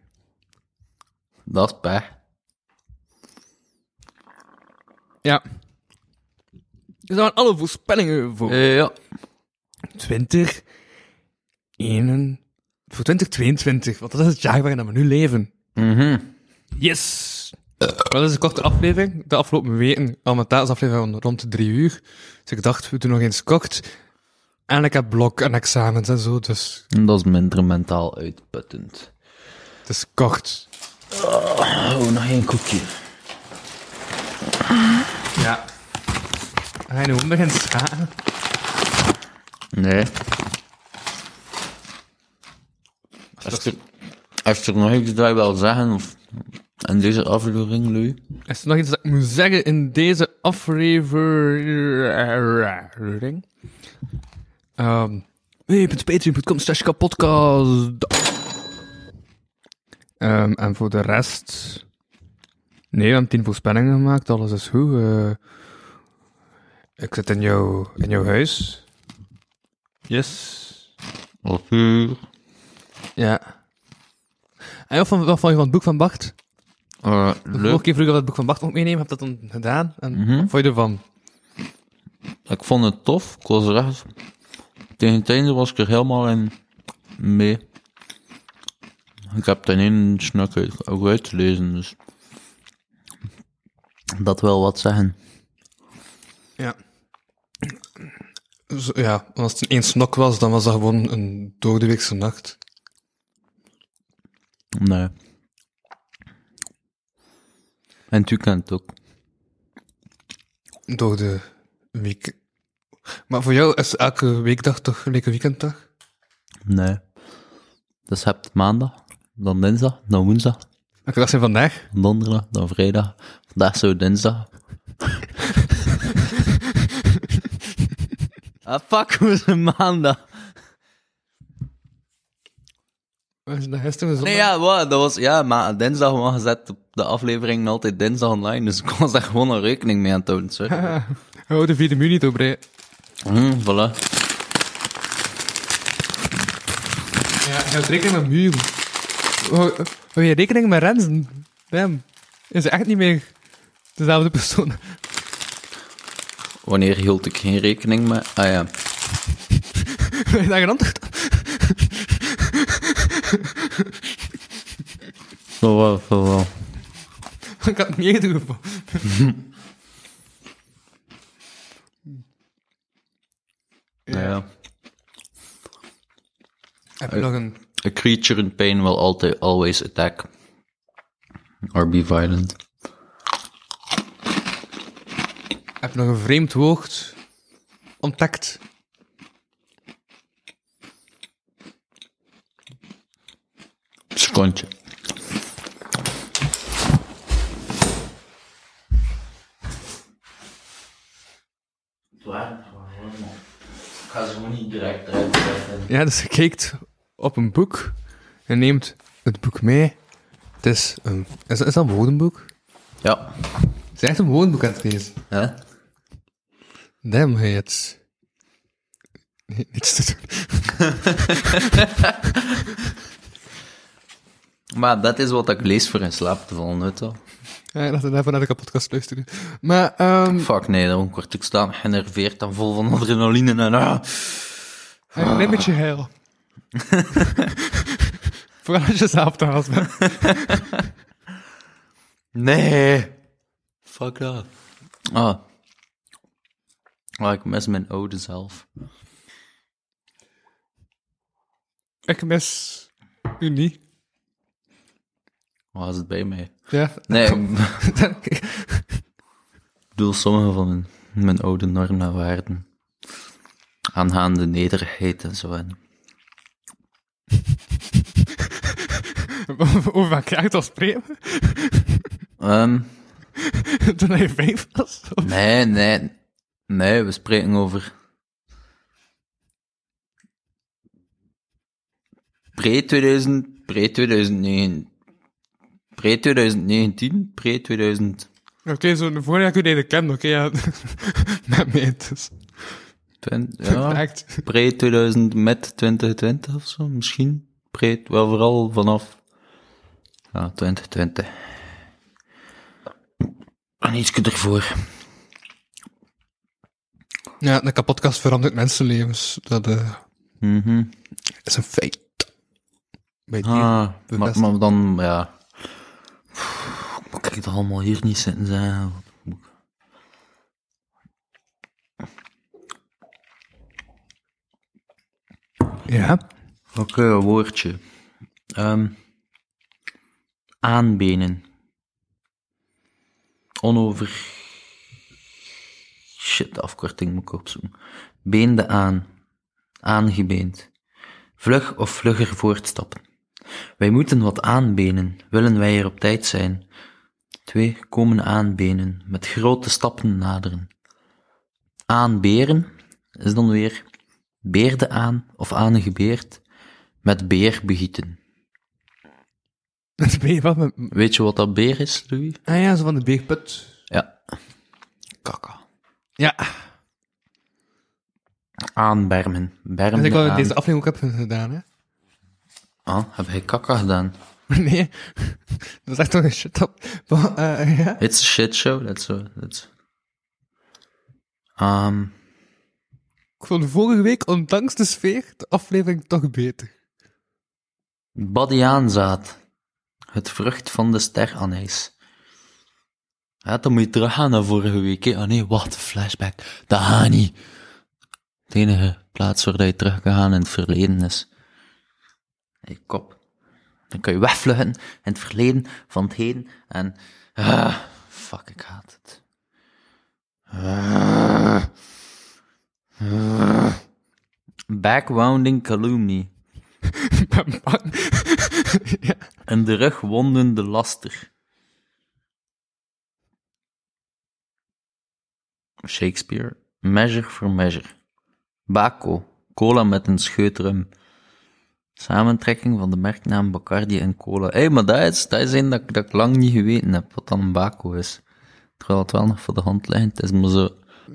[SPEAKER 3] Dat is pech.
[SPEAKER 4] Ja. Dus dat waren alle voorspellingen voor
[SPEAKER 3] Eh, ja.
[SPEAKER 4] 20... 1... Voor 2022, want dat is het jaar waarin we nu leven.
[SPEAKER 3] Mhm.
[SPEAKER 4] Yes! Dat is een korte aflevering. De afgelopen weken, al mijn taal is aflevering van rond de drie uur. Dus ik dacht, we doen nog eens kort. En ik heb blok en examens en zo, dus
[SPEAKER 3] En Dat is minder mentaal uitputtend.
[SPEAKER 4] het is kort.
[SPEAKER 3] Oh, nog één koekje.
[SPEAKER 4] Ja. Ga je nu ook nog eens gaan?
[SPEAKER 3] Nee. Als er, als er nog iets dat je wil zeggen, of in deze aflevering, Louis?
[SPEAKER 4] Is er nog iets dat ik moet zeggen in deze aflevering? Ehm www.patreon.com slash kapodcast. Ehm, en voor de rest... Nee, we hebben tien voorspellingen gemaakt, alles is goed. eh. ik zit in jouw, in jouw huis. Yes.
[SPEAKER 3] Of hier.
[SPEAKER 4] Ja. En wat van, wat van je van het boek van Bart?
[SPEAKER 3] Eh,
[SPEAKER 4] De vorige
[SPEAKER 3] leuk.
[SPEAKER 4] keer vroeg ik of dat boek van Bart ook meenemen, heb dat dan gedaan. En
[SPEAKER 3] Mhm.
[SPEAKER 4] wat vond je ervan?
[SPEAKER 3] Ik vond het tof. Ik was er echt... Tegen het einde was ik er helemaal in mee. Ik heb ten één snak uit, ook uit te lezen, dus... Dat wil wat zeggen.
[SPEAKER 4] Ja. Zo, ja, als het in één snok was, dan was dat gewoon een doordeweekse nacht.
[SPEAKER 3] Nee. En het weekend ook.
[SPEAKER 4] Door de week. Maar voor jou is elke weekdag toch gelijk een weekenddag?
[SPEAKER 3] Nee. Dus je hebt maandag, dan dinsdag, dan woensdag,
[SPEAKER 4] Elke dag zijn vandaag.
[SPEAKER 3] dan donderdag, dan vrijdag. Vandaag zo dinsdag. ah, fuck, hoe is een maandag?
[SPEAKER 4] Was dat gisteren zondag?
[SPEAKER 3] Nee, ja, wow, dat was, ja, maar dinsdag was gezet op de aflevering altijd dinsdag online, dus ik was daar gewoon een rekening mee aan het houden, sorry.
[SPEAKER 4] Oh, de vierde muur niet op, hè.
[SPEAKER 3] Mm, voilà.
[SPEAKER 4] Ja, je houdt rekening met muren. Hou hou je rekening met renzen? Bam. Is echt niet meer dezelfde persoon.
[SPEAKER 3] Wanneer hield ik geen rekening mee? Ah ja.
[SPEAKER 4] Heb je daar een antwoord op?
[SPEAKER 3] Zo wel, zo wel.
[SPEAKER 4] Ik had het niet eerder gevonden.
[SPEAKER 3] Ja. ja.
[SPEAKER 4] Heb je nog een
[SPEAKER 3] A creature in pain will altijd always attack. Or be violent.
[SPEAKER 4] Heb je nog een vreemd woord? Ontdekt.
[SPEAKER 3] Skontje. Ik ga zo niet direct eruit zetten.
[SPEAKER 4] Ja, dus je kijkt op een boek. Je neemt het boek mee. Het is een... Is dat, is dat een woordenboek?
[SPEAKER 3] Ja.
[SPEAKER 4] Het is echt een woordenboek aan het lezen.
[SPEAKER 3] Hè?
[SPEAKER 4] Damn, hij het... Nee, niets te doen.
[SPEAKER 3] Maar dat is wat ik lees voor in slaap te vallen, weet je wel.
[SPEAKER 4] Ja, laten we daarvoor naar de podcast luisteren. Maar, ehm...
[SPEAKER 3] Fuck, nee, dan word ik staan generveerd en vol van adrenaline en... ah.
[SPEAKER 4] Een klein beetje heil. Vooral als je zelf te haast bent.
[SPEAKER 3] Nee. Fuck dat. Ah. ah. Ik mis mijn oude zelf.
[SPEAKER 4] Ik mis u niet.
[SPEAKER 3] Waar is het bij mij?
[SPEAKER 4] Ja.
[SPEAKER 3] Nee, ik bedoel sommige van mijn, mijn oude normen en waarden. Aangaande nederigheid en zo. En
[SPEAKER 4] Over wat krijgt als premie?
[SPEAKER 3] Ehm,
[SPEAKER 4] Toen hij vijf was?
[SPEAKER 3] nee, nee. Nee, we spreken over. Pre-2000, pre-2009. Pre-2019, pre-2000.
[SPEAKER 4] Oké, zo'n voorjaar kun je dat kennen, oké, ja. Met mij dus.
[SPEAKER 3] Ja,
[SPEAKER 4] Echt.
[SPEAKER 3] pre-2000 met 2020 of zo, misschien. Pre, wel vooral vanaf ja, 2020. En ietsje ervoor.
[SPEAKER 4] Ja, de kapotkast verandert mensenlevens. Dat eh,
[SPEAKER 3] Mhm.
[SPEAKER 4] is een feit. Bij die-
[SPEAKER 3] Ah,
[SPEAKER 4] de
[SPEAKER 3] maar,
[SPEAKER 4] beste.
[SPEAKER 3] maar dan, ja. Moet ik het allemaal hier niet zitten zijn?
[SPEAKER 4] Ja.
[SPEAKER 3] Oké, een eh, woordje. Ehm, aanbenen. Onover... Shit, de afkorting moet ik opzoeken. Beende aan. Aangebeend. Vlug of vlugger voortstappen. Wij moeten wat aanbenen, willen wij er op tijd zijn. Twee komen aanbenen, met grote stappen naderen. Aanberen is dan weer beerde aan of aangebeerd met beer begieten.
[SPEAKER 4] Dat ben je wat met...
[SPEAKER 3] Weet je wat dat beer is, Louis?
[SPEAKER 4] Ah ja, zo van de beerput.
[SPEAKER 3] Ja. Kaka.
[SPEAKER 4] Ja.
[SPEAKER 3] Aanbermen. Bermen
[SPEAKER 4] Dat ik al
[SPEAKER 3] aan.
[SPEAKER 4] in deze aflevering ook heb gedaan, hè.
[SPEAKER 3] Ah, heb hij kaka gedaan?
[SPEAKER 4] Nee, dat is echt toch een shit op. Maar, eh, ja.
[SPEAKER 3] It's a shit show, that's so. That's... Ehm,
[SPEAKER 4] Ik vond vorige week, ondanks de sfeer, de aflevering toch beter.
[SPEAKER 3] Badiaanzaad. Het vrucht van de steranijs. Ja, dan moet je teruggaan naar vorige week. hè. Ah nee, wacht, flashback. Dat gaat niet. Het enige plaats waar dat je terug kan gaan in het verleden is. Hey, kop. Dan kan je wegvluchten in het verleden van het heden en... Ah, fuck, ik haat het. Ah. Ah. Backwounding calumny.
[SPEAKER 4] Ik ben bang. ja.
[SPEAKER 3] En de rug wondende laster. Shakespeare. Measure for measure. Baco. Cola met een scheut rum. Samentrekking van de merknaam Bacardi en cola. Hé, maar dat is, dat is een dat, ik- dat ik lang niet geweten heb, wat dan een Baco is. Terwijl het wel nog voor de hand ligt. Het is maar zo...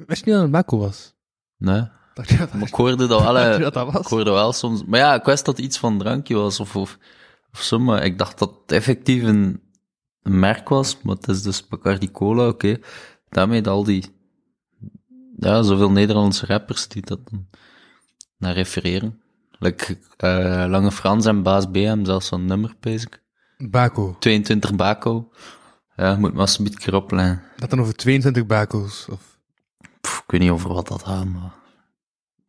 [SPEAKER 4] Wist je niet dat het Mako was?
[SPEAKER 3] Nee.
[SPEAKER 4] Dacht je dat
[SPEAKER 3] Maar ik hoorde dat wel...
[SPEAKER 4] Dacht je
[SPEAKER 3] eh,
[SPEAKER 4] dat dat was?
[SPEAKER 3] Ik hoorde wel soms... Maar ja, ik wist dat het iets van drankje was of, of, of zo, maar ik dacht dat het effectief een, een merk was, maar het is dus Bacardi Cola, oké. Daarmee dat al die... Ja, zoveel Nederlandse rappers die dat dan naar refereren. Like, eh, Lange Frans en Baas B hebben zelfs zo'n nummer, pees ik.
[SPEAKER 4] Bako.
[SPEAKER 3] 22 Baco. Ja, je moet maar eens een beetje erop letten.
[SPEAKER 4] Dat dan over 22 Bako's. Of...
[SPEAKER 3] Pff, Ik weet niet over wat dat gaat, maar...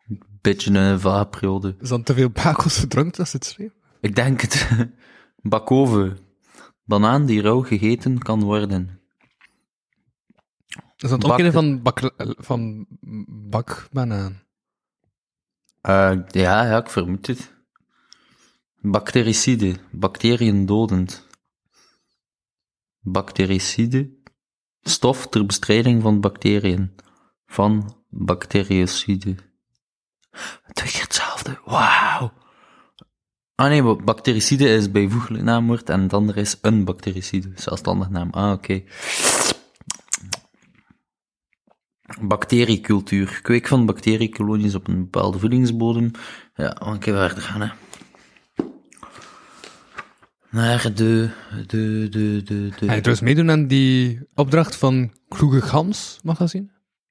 [SPEAKER 3] Een beetje een vaag periode.
[SPEAKER 4] Is dan te veel Bako's gedronken als het schreef?
[SPEAKER 3] Ik denk het. Bakoven. Banaan die rauw gegeten kan worden.
[SPEAKER 4] Is dat
[SPEAKER 3] Bak-
[SPEAKER 4] ook een van, bak, van bakbanaan?
[SPEAKER 3] Eh, ja, ja, ik vermoed het. Bactericide. Bacteriën dodend. Bactericide. Stof ter bestrijding van bacteriën. Van bacteriocide. Twee keer hetzelfde. Wauw. Ah nee, wa- bactericide is bijvoeglijk naamwoord en het andere is een bactericide. Zelfstandig naam. Ah, oké. Bacteriecultuur. Kweek van bacteriekolonies op een bepaalde voedingsbodem. Ja, we een keer verder gaan, hè. Naar de, de, de, de, de...
[SPEAKER 4] Hij dus meedoen aan die opdracht van Kroege Gans magazine.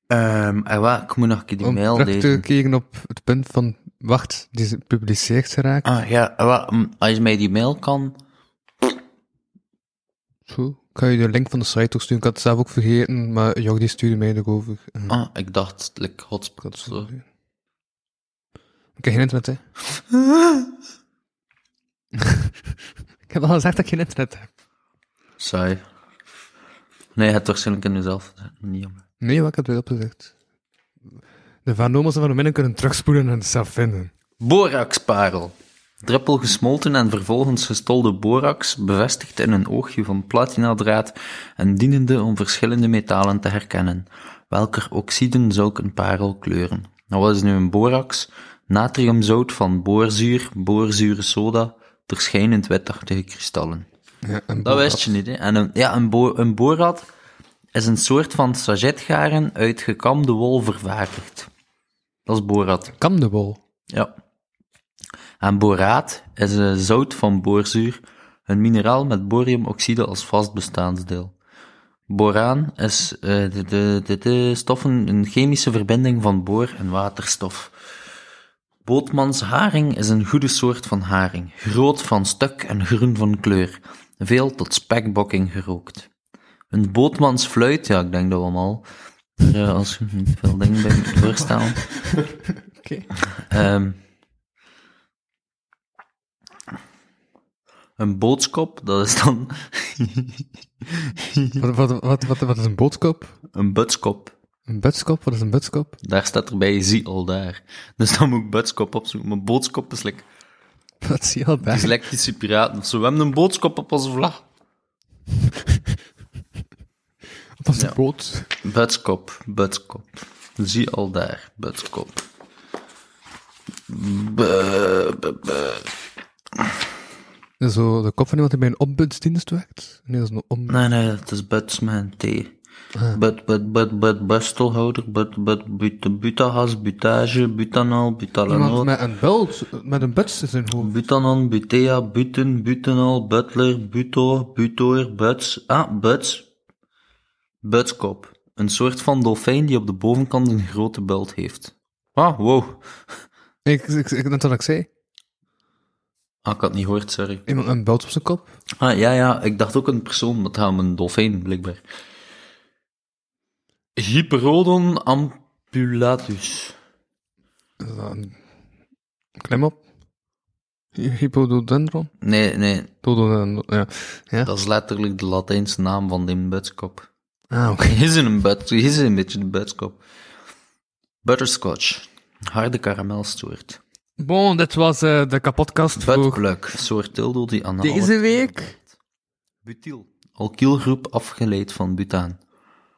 [SPEAKER 3] Ehm, en wat? Ik moet nog een keer die
[SPEAKER 4] Om
[SPEAKER 3] mail
[SPEAKER 4] terug
[SPEAKER 3] lezen.
[SPEAKER 4] te keren op het punt van, wacht, die is gepubliceerd geraakt.
[SPEAKER 3] Ah, ja, eh, wat, hm, als je mij die mail kan... Ah.
[SPEAKER 4] Zo, kan je de link van de site ook sturen? Ik had het zelf ook vergeten, maar Jok die stuurde mij erover. En
[SPEAKER 3] Ah, ik dacht, like, hotspot.
[SPEAKER 4] dat is
[SPEAKER 3] zo.
[SPEAKER 4] Ik heb geen internet, hè. ik heb al gezegd dat ik geen internet heb.
[SPEAKER 3] Saai. Nee, het waarschijnlijk in jezelf. Niet jammer.
[SPEAKER 4] Nee, wat ik heb het wel opgezegd. De Van Nomas en Van Minnen kunnen terugspoelen en het zelf vinden.
[SPEAKER 3] Boraxparel. Druppel gesmolten en vervolgens gestolde borax, bevestigd in een oogje van platinadraad en dienende om verschillende metalen te herkennen. Welker oxiden zou ik een parel kleuren? Nou, wat is nu een borax? Natriumzout van boorzuur, boorzure soda, terschijnend witachtige kristallen.
[SPEAKER 4] Ja, en
[SPEAKER 3] Dat wist je niet, hè? En een, ja, een, bo een boorrat is een soort van sajetgaren uit gekamde wol vervaardigd. Dat is boorrat.
[SPEAKER 4] Kan de wol.
[SPEAKER 3] Ja. En boraat is een zout van boorzuur, een mineraal met boriumoxide als vast bestaansdeel. Boraan is eh, de, de, de, de stoffen een chemische verbinding van boor en waterstof. Bootmans haring is een goede soort van haring, groot van stuk en groen van kleur, veel tot spekbokking gerookt. Een bootmans fluit, ja, ik denk dat we hem al, er, eh, als je niet veel dingen bij moet voorstellen. Ehm, een boodschap, dat is dan
[SPEAKER 4] Wat, wat, wat, wat, wat is een boodschap?
[SPEAKER 3] een butskop.
[SPEAKER 4] Een butskop? Wat is een butskop?
[SPEAKER 3] Daar staat erbij, zie al daar. Dus dan moet ik butskop opzoeken. Maar boodschap is like
[SPEAKER 4] Wat zie je al daar?
[SPEAKER 3] dyslectische piraten of zo. We hebben een boodschap op onze vlag.
[SPEAKER 4] Wat is een boot?
[SPEAKER 3] Butskop, butskop. Zie al daar, butskop.
[SPEAKER 4] Dat is Zo de kop van iemand die bij een ombudsdienst werkt? Nee, dat is een om...
[SPEAKER 3] Nee, nee, dat is butsman T. But, but, but, but, bustelhouder, but, but, but, butagas, butage, butanal,
[SPEAKER 4] Iemand
[SPEAKER 3] butalanol.
[SPEAKER 4] met een bult, met een buts in zijn hoofd.
[SPEAKER 3] Butanon, Butea, Buten, Butenal, Butler, Buto, Butor, Buts. Ah, Buts. Butskop. Een soort van dolfijn die op de bovenkant een grote bult heeft. Ah, wow.
[SPEAKER 4] Ik, ik, ik, net wat ik zei.
[SPEAKER 3] Ah, ik had het niet gehoord, sorry.
[SPEAKER 4] Iemand met een bult op zijn kop.
[SPEAKER 3] Ah, ja, ja, ik dacht ook een persoon, maar het gaat om een dolfijn, blijkbaar. Hyperodon ampulatus.
[SPEAKER 4] Dat is dan een klem op. Hy- Hypododendron?
[SPEAKER 3] Nee, nee,
[SPEAKER 4] Dododendron, ja. ja.
[SPEAKER 3] dat is letterlijk de Latijnse naam van die butskop.
[SPEAKER 4] Ah, oké.
[SPEAKER 3] Hij is een, but, hij is een beetje de buitskop. Butterscotch. Harde karamelsoort.
[SPEAKER 7] Bon, dit was eh, de kapotkast voor
[SPEAKER 3] Buttplug. Soort dildo die aan
[SPEAKER 7] deze week.
[SPEAKER 3] Butyl. Alkylgroep afgeleid van butaan.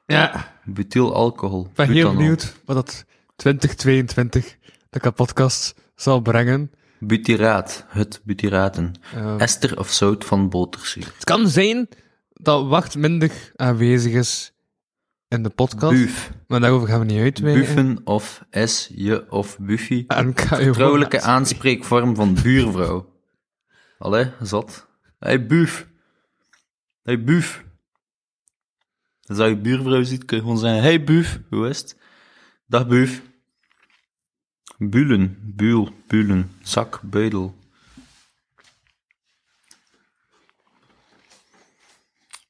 [SPEAKER 4] Ja,
[SPEAKER 3] Butylalcohol.
[SPEAKER 4] ik ben heel
[SPEAKER 3] butanol.
[SPEAKER 4] benieuwd wat dat 2022 de kapotkast zal brengen.
[SPEAKER 3] Butyraat. Het butyraten.
[SPEAKER 4] Eh,
[SPEAKER 3] Ester of zout van boterzuur.
[SPEAKER 4] Het kan zijn dat wacht minder aanwezig is in de podcast.
[SPEAKER 3] Buf.
[SPEAKER 4] Maar daarover gaan we niet uitweiden.
[SPEAKER 3] Buffen of S, je of buffy.
[SPEAKER 4] En kan je
[SPEAKER 3] Vrouwelijke
[SPEAKER 4] gewoon-
[SPEAKER 3] aanspreekvorm van buurvrouw. Allee, zat. Hé, hey, buf. Hé, hey, buf. Dus als je buurvrouw ziet, kun je gewoon zeggen, hey, buf, hoe is het? Dag, buf. Bulen, buul, bulen, zak, buidel.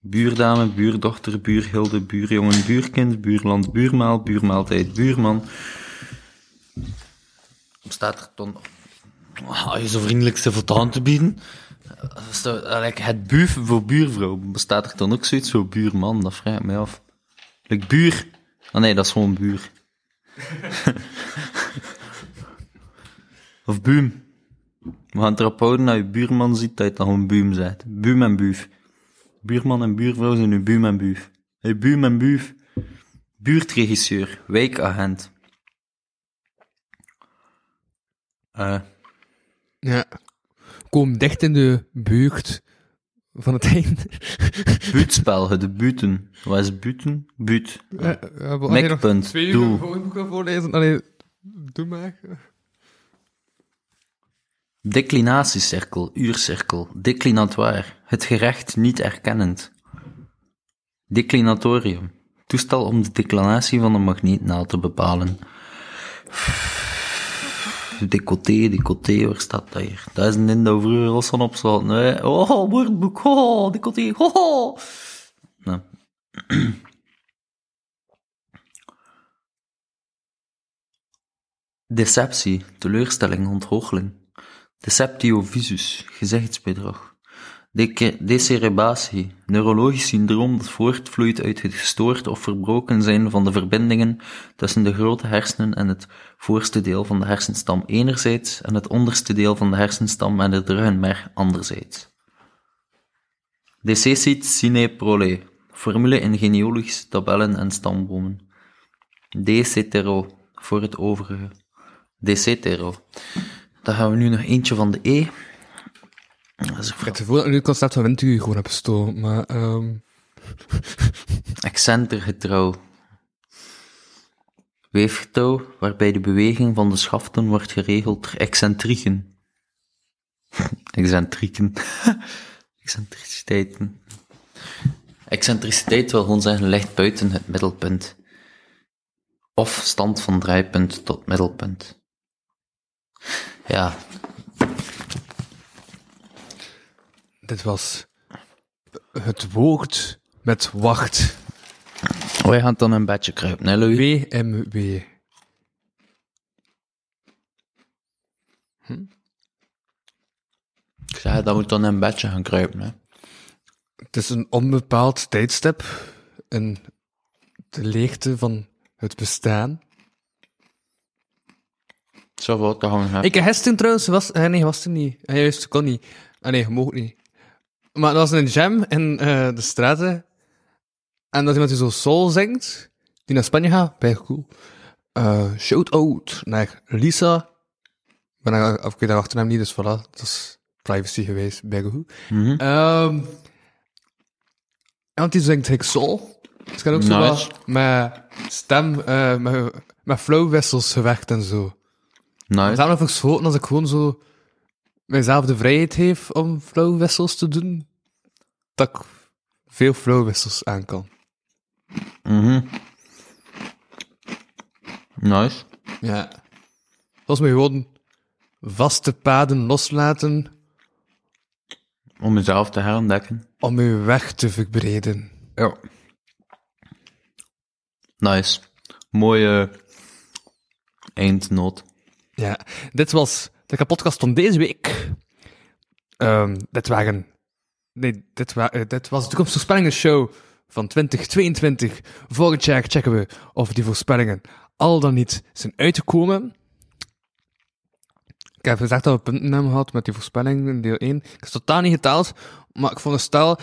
[SPEAKER 3] Buurdame, buurdochter, buurhilde, buurjongen, buurkind, buurland, buurmaal, buurmaaltijd, buurman. Staat er dan Ah, je zo vriendelijk zijn voor het aan te bieden. Eh, is dat- eh, like, het buur voor buurvrouw, bestaat er dan ook zoiets voor buurman? Dat vraag ik mij af. Like, buur? Ah nee, dat is gewoon buur. of buum. We gaan erop houden dat je buurman ziet dat je dan gewoon buum zegt. Buum en buuf. Buurman en buurvrouw zijn nu buum en buuf. Hey, buum en buuf. Buurtregisseur, wijkagent. Eh...
[SPEAKER 6] Ja.
[SPEAKER 4] Kom dicht in de buurt van het einde.
[SPEAKER 3] Buutspel, het buten. Wat is buten? Buut.
[SPEAKER 6] ja,
[SPEAKER 4] Eh,
[SPEAKER 6] ja maar- allee, nog
[SPEAKER 3] Mekpunt,
[SPEAKER 6] Twee uur
[SPEAKER 3] doel.
[SPEAKER 6] voor- moet ik wel voorlezen. Allee, doe maar.
[SPEAKER 3] Declinatiecirkel, uurcirkel, declinatoire, het gerecht niet erkennend. Declinatorium, toestel om de declinatie van een magneetnaald te bepalen. Decoté, decoté, waar staat dat hier? Dat is een ding dat we vroeger los van opzat. Nee. Oh, woordboek, oh, decoté, oh. Nou. Deceptie, teleurstelling, ontgoocheling. Deceptio visus, gezichtsbedrag. Deke- Decerebatie, neurologisch syndroom dat voortvloeit uit het gestoord of verbroken zijn van de verbindingen tussen de grote hersenen en het voorste deel van de hersenstam enerzijds en het onderste deel van de hersenstam en het ruggenmerg anderzijds. Decessit sine prole, formule in genealogische tabellen en stambomen. Decetero, voor het overige. Decetero. Dan gaan we nu nog eentje van de E. Dat is een
[SPEAKER 4] Ik heb het gevoel dat ik nu het concept van Wintuur gewoon heb gestolen, maar... ehm,
[SPEAKER 3] Accenter getrouw. Weefgetouw, waarbij de beweging van de schaften wordt geregeld door excentrieken. Excentrieken. Excentriciteiten. Excentriciteit wil gewoon zeggen ligt buiten het middelpunt. Of stand van draaipunt tot middelpunt. Ja,
[SPEAKER 4] Dit was het woord met wacht.
[SPEAKER 3] wij gaan dan een bedje kruipen, hè Louis?
[SPEAKER 4] WMW.
[SPEAKER 3] Ik zei, dat moet dan een bedje gaan kruipen, hè.
[SPEAKER 4] Het is een onbepaald tijdstip in de leegte van het bestaan.
[SPEAKER 3] Zo wat, dat gaan we gaan.
[SPEAKER 4] Ik heb gisteren trouwens, was, eh, nee, was er niet. Ah, juist, kon niet. Ah, nee, je mocht niet. Maar dat was een jam in eh, de straten. En dat iemand die zo soul zingt, die naar Spanje gaat, bij cool. Eh, shout out naar Lisa. Maar dan, of ik weet haar achternaam niet, dus voilà. Dat is privacy geweest, bij goed.
[SPEAKER 3] Mhm.
[SPEAKER 4] Ehm, want die zingt ik soul. Het kan ook zo
[SPEAKER 3] Nice.
[SPEAKER 4] wel met stem, eh, met, met flowwissels gewerkt en zo.
[SPEAKER 3] Nice.
[SPEAKER 4] Zelf verschoten als ik gewoon zo mijzelf de vrijheid geef om flauwwissels te doen, dat ik veel flauwwissels aan kan.
[SPEAKER 3] Mhm. Nice.
[SPEAKER 4] Ja. Volgens mij gewoon vaste paden loslaten
[SPEAKER 3] Om mezelf te herontdekken.
[SPEAKER 4] om je weg te verbreden.
[SPEAKER 3] Ja. Nice. Mooie eindnoot.
[SPEAKER 4] Ja, dit was de podcast van deze week. Ehm, dit waren... Nee, dit, wa eh, dit was de toekomstvoorspellingen-show van 2022. Volgend jaar checken we of die voorspellingen al dan niet zijn uitgekomen. Ik heb gezegd dat we punten hebben gehad met die voorspellingen in deel 1. Ik heb ze totaal niet geteld, maar ik vond het stel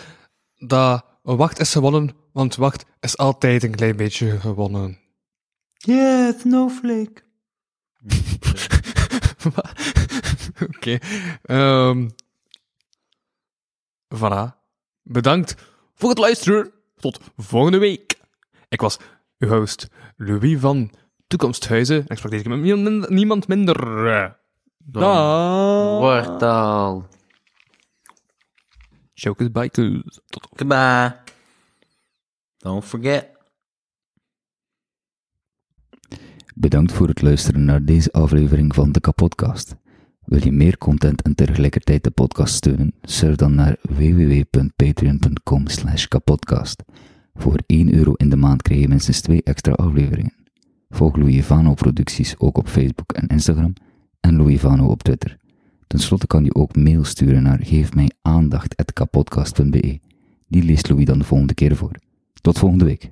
[SPEAKER 4] dat wacht is gewonnen, want wacht is altijd een klein beetje gewonnen.
[SPEAKER 3] Yeah, snowflake.
[SPEAKER 4] Oké. Ehm voilà. Bedankt voor het luisteren. Tot volgende week. Ik was uw host Louis van Toekomsthuizen. En ik sprak deze keer met niemand- niemand minder. eh, Dan.
[SPEAKER 3] Wortel.
[SPEAKER 4] Jokers Bikers. Tot
[SPEAKER 3] Goodbye. Don't forget.
[SPEAKER 8] Bedankt voor het luisteren naar deze aflevering van de Kapodcast. Wil je meer content en tegelijkertijd de podcast steunen? Surf dan naar www.patreon.com slash kapodcast. Voor 1 euro in de maand krijg je minstens 2 extra afleveringen. Volg Louis Vano producties ook op Facebook en Instagram en Louis Vano op Twitter. Ten slotte kan je ook mail sturen naar geefmijaandacht.kapodcast.be. Die leest Louis dan de volgende keer voor. Tot volgende week.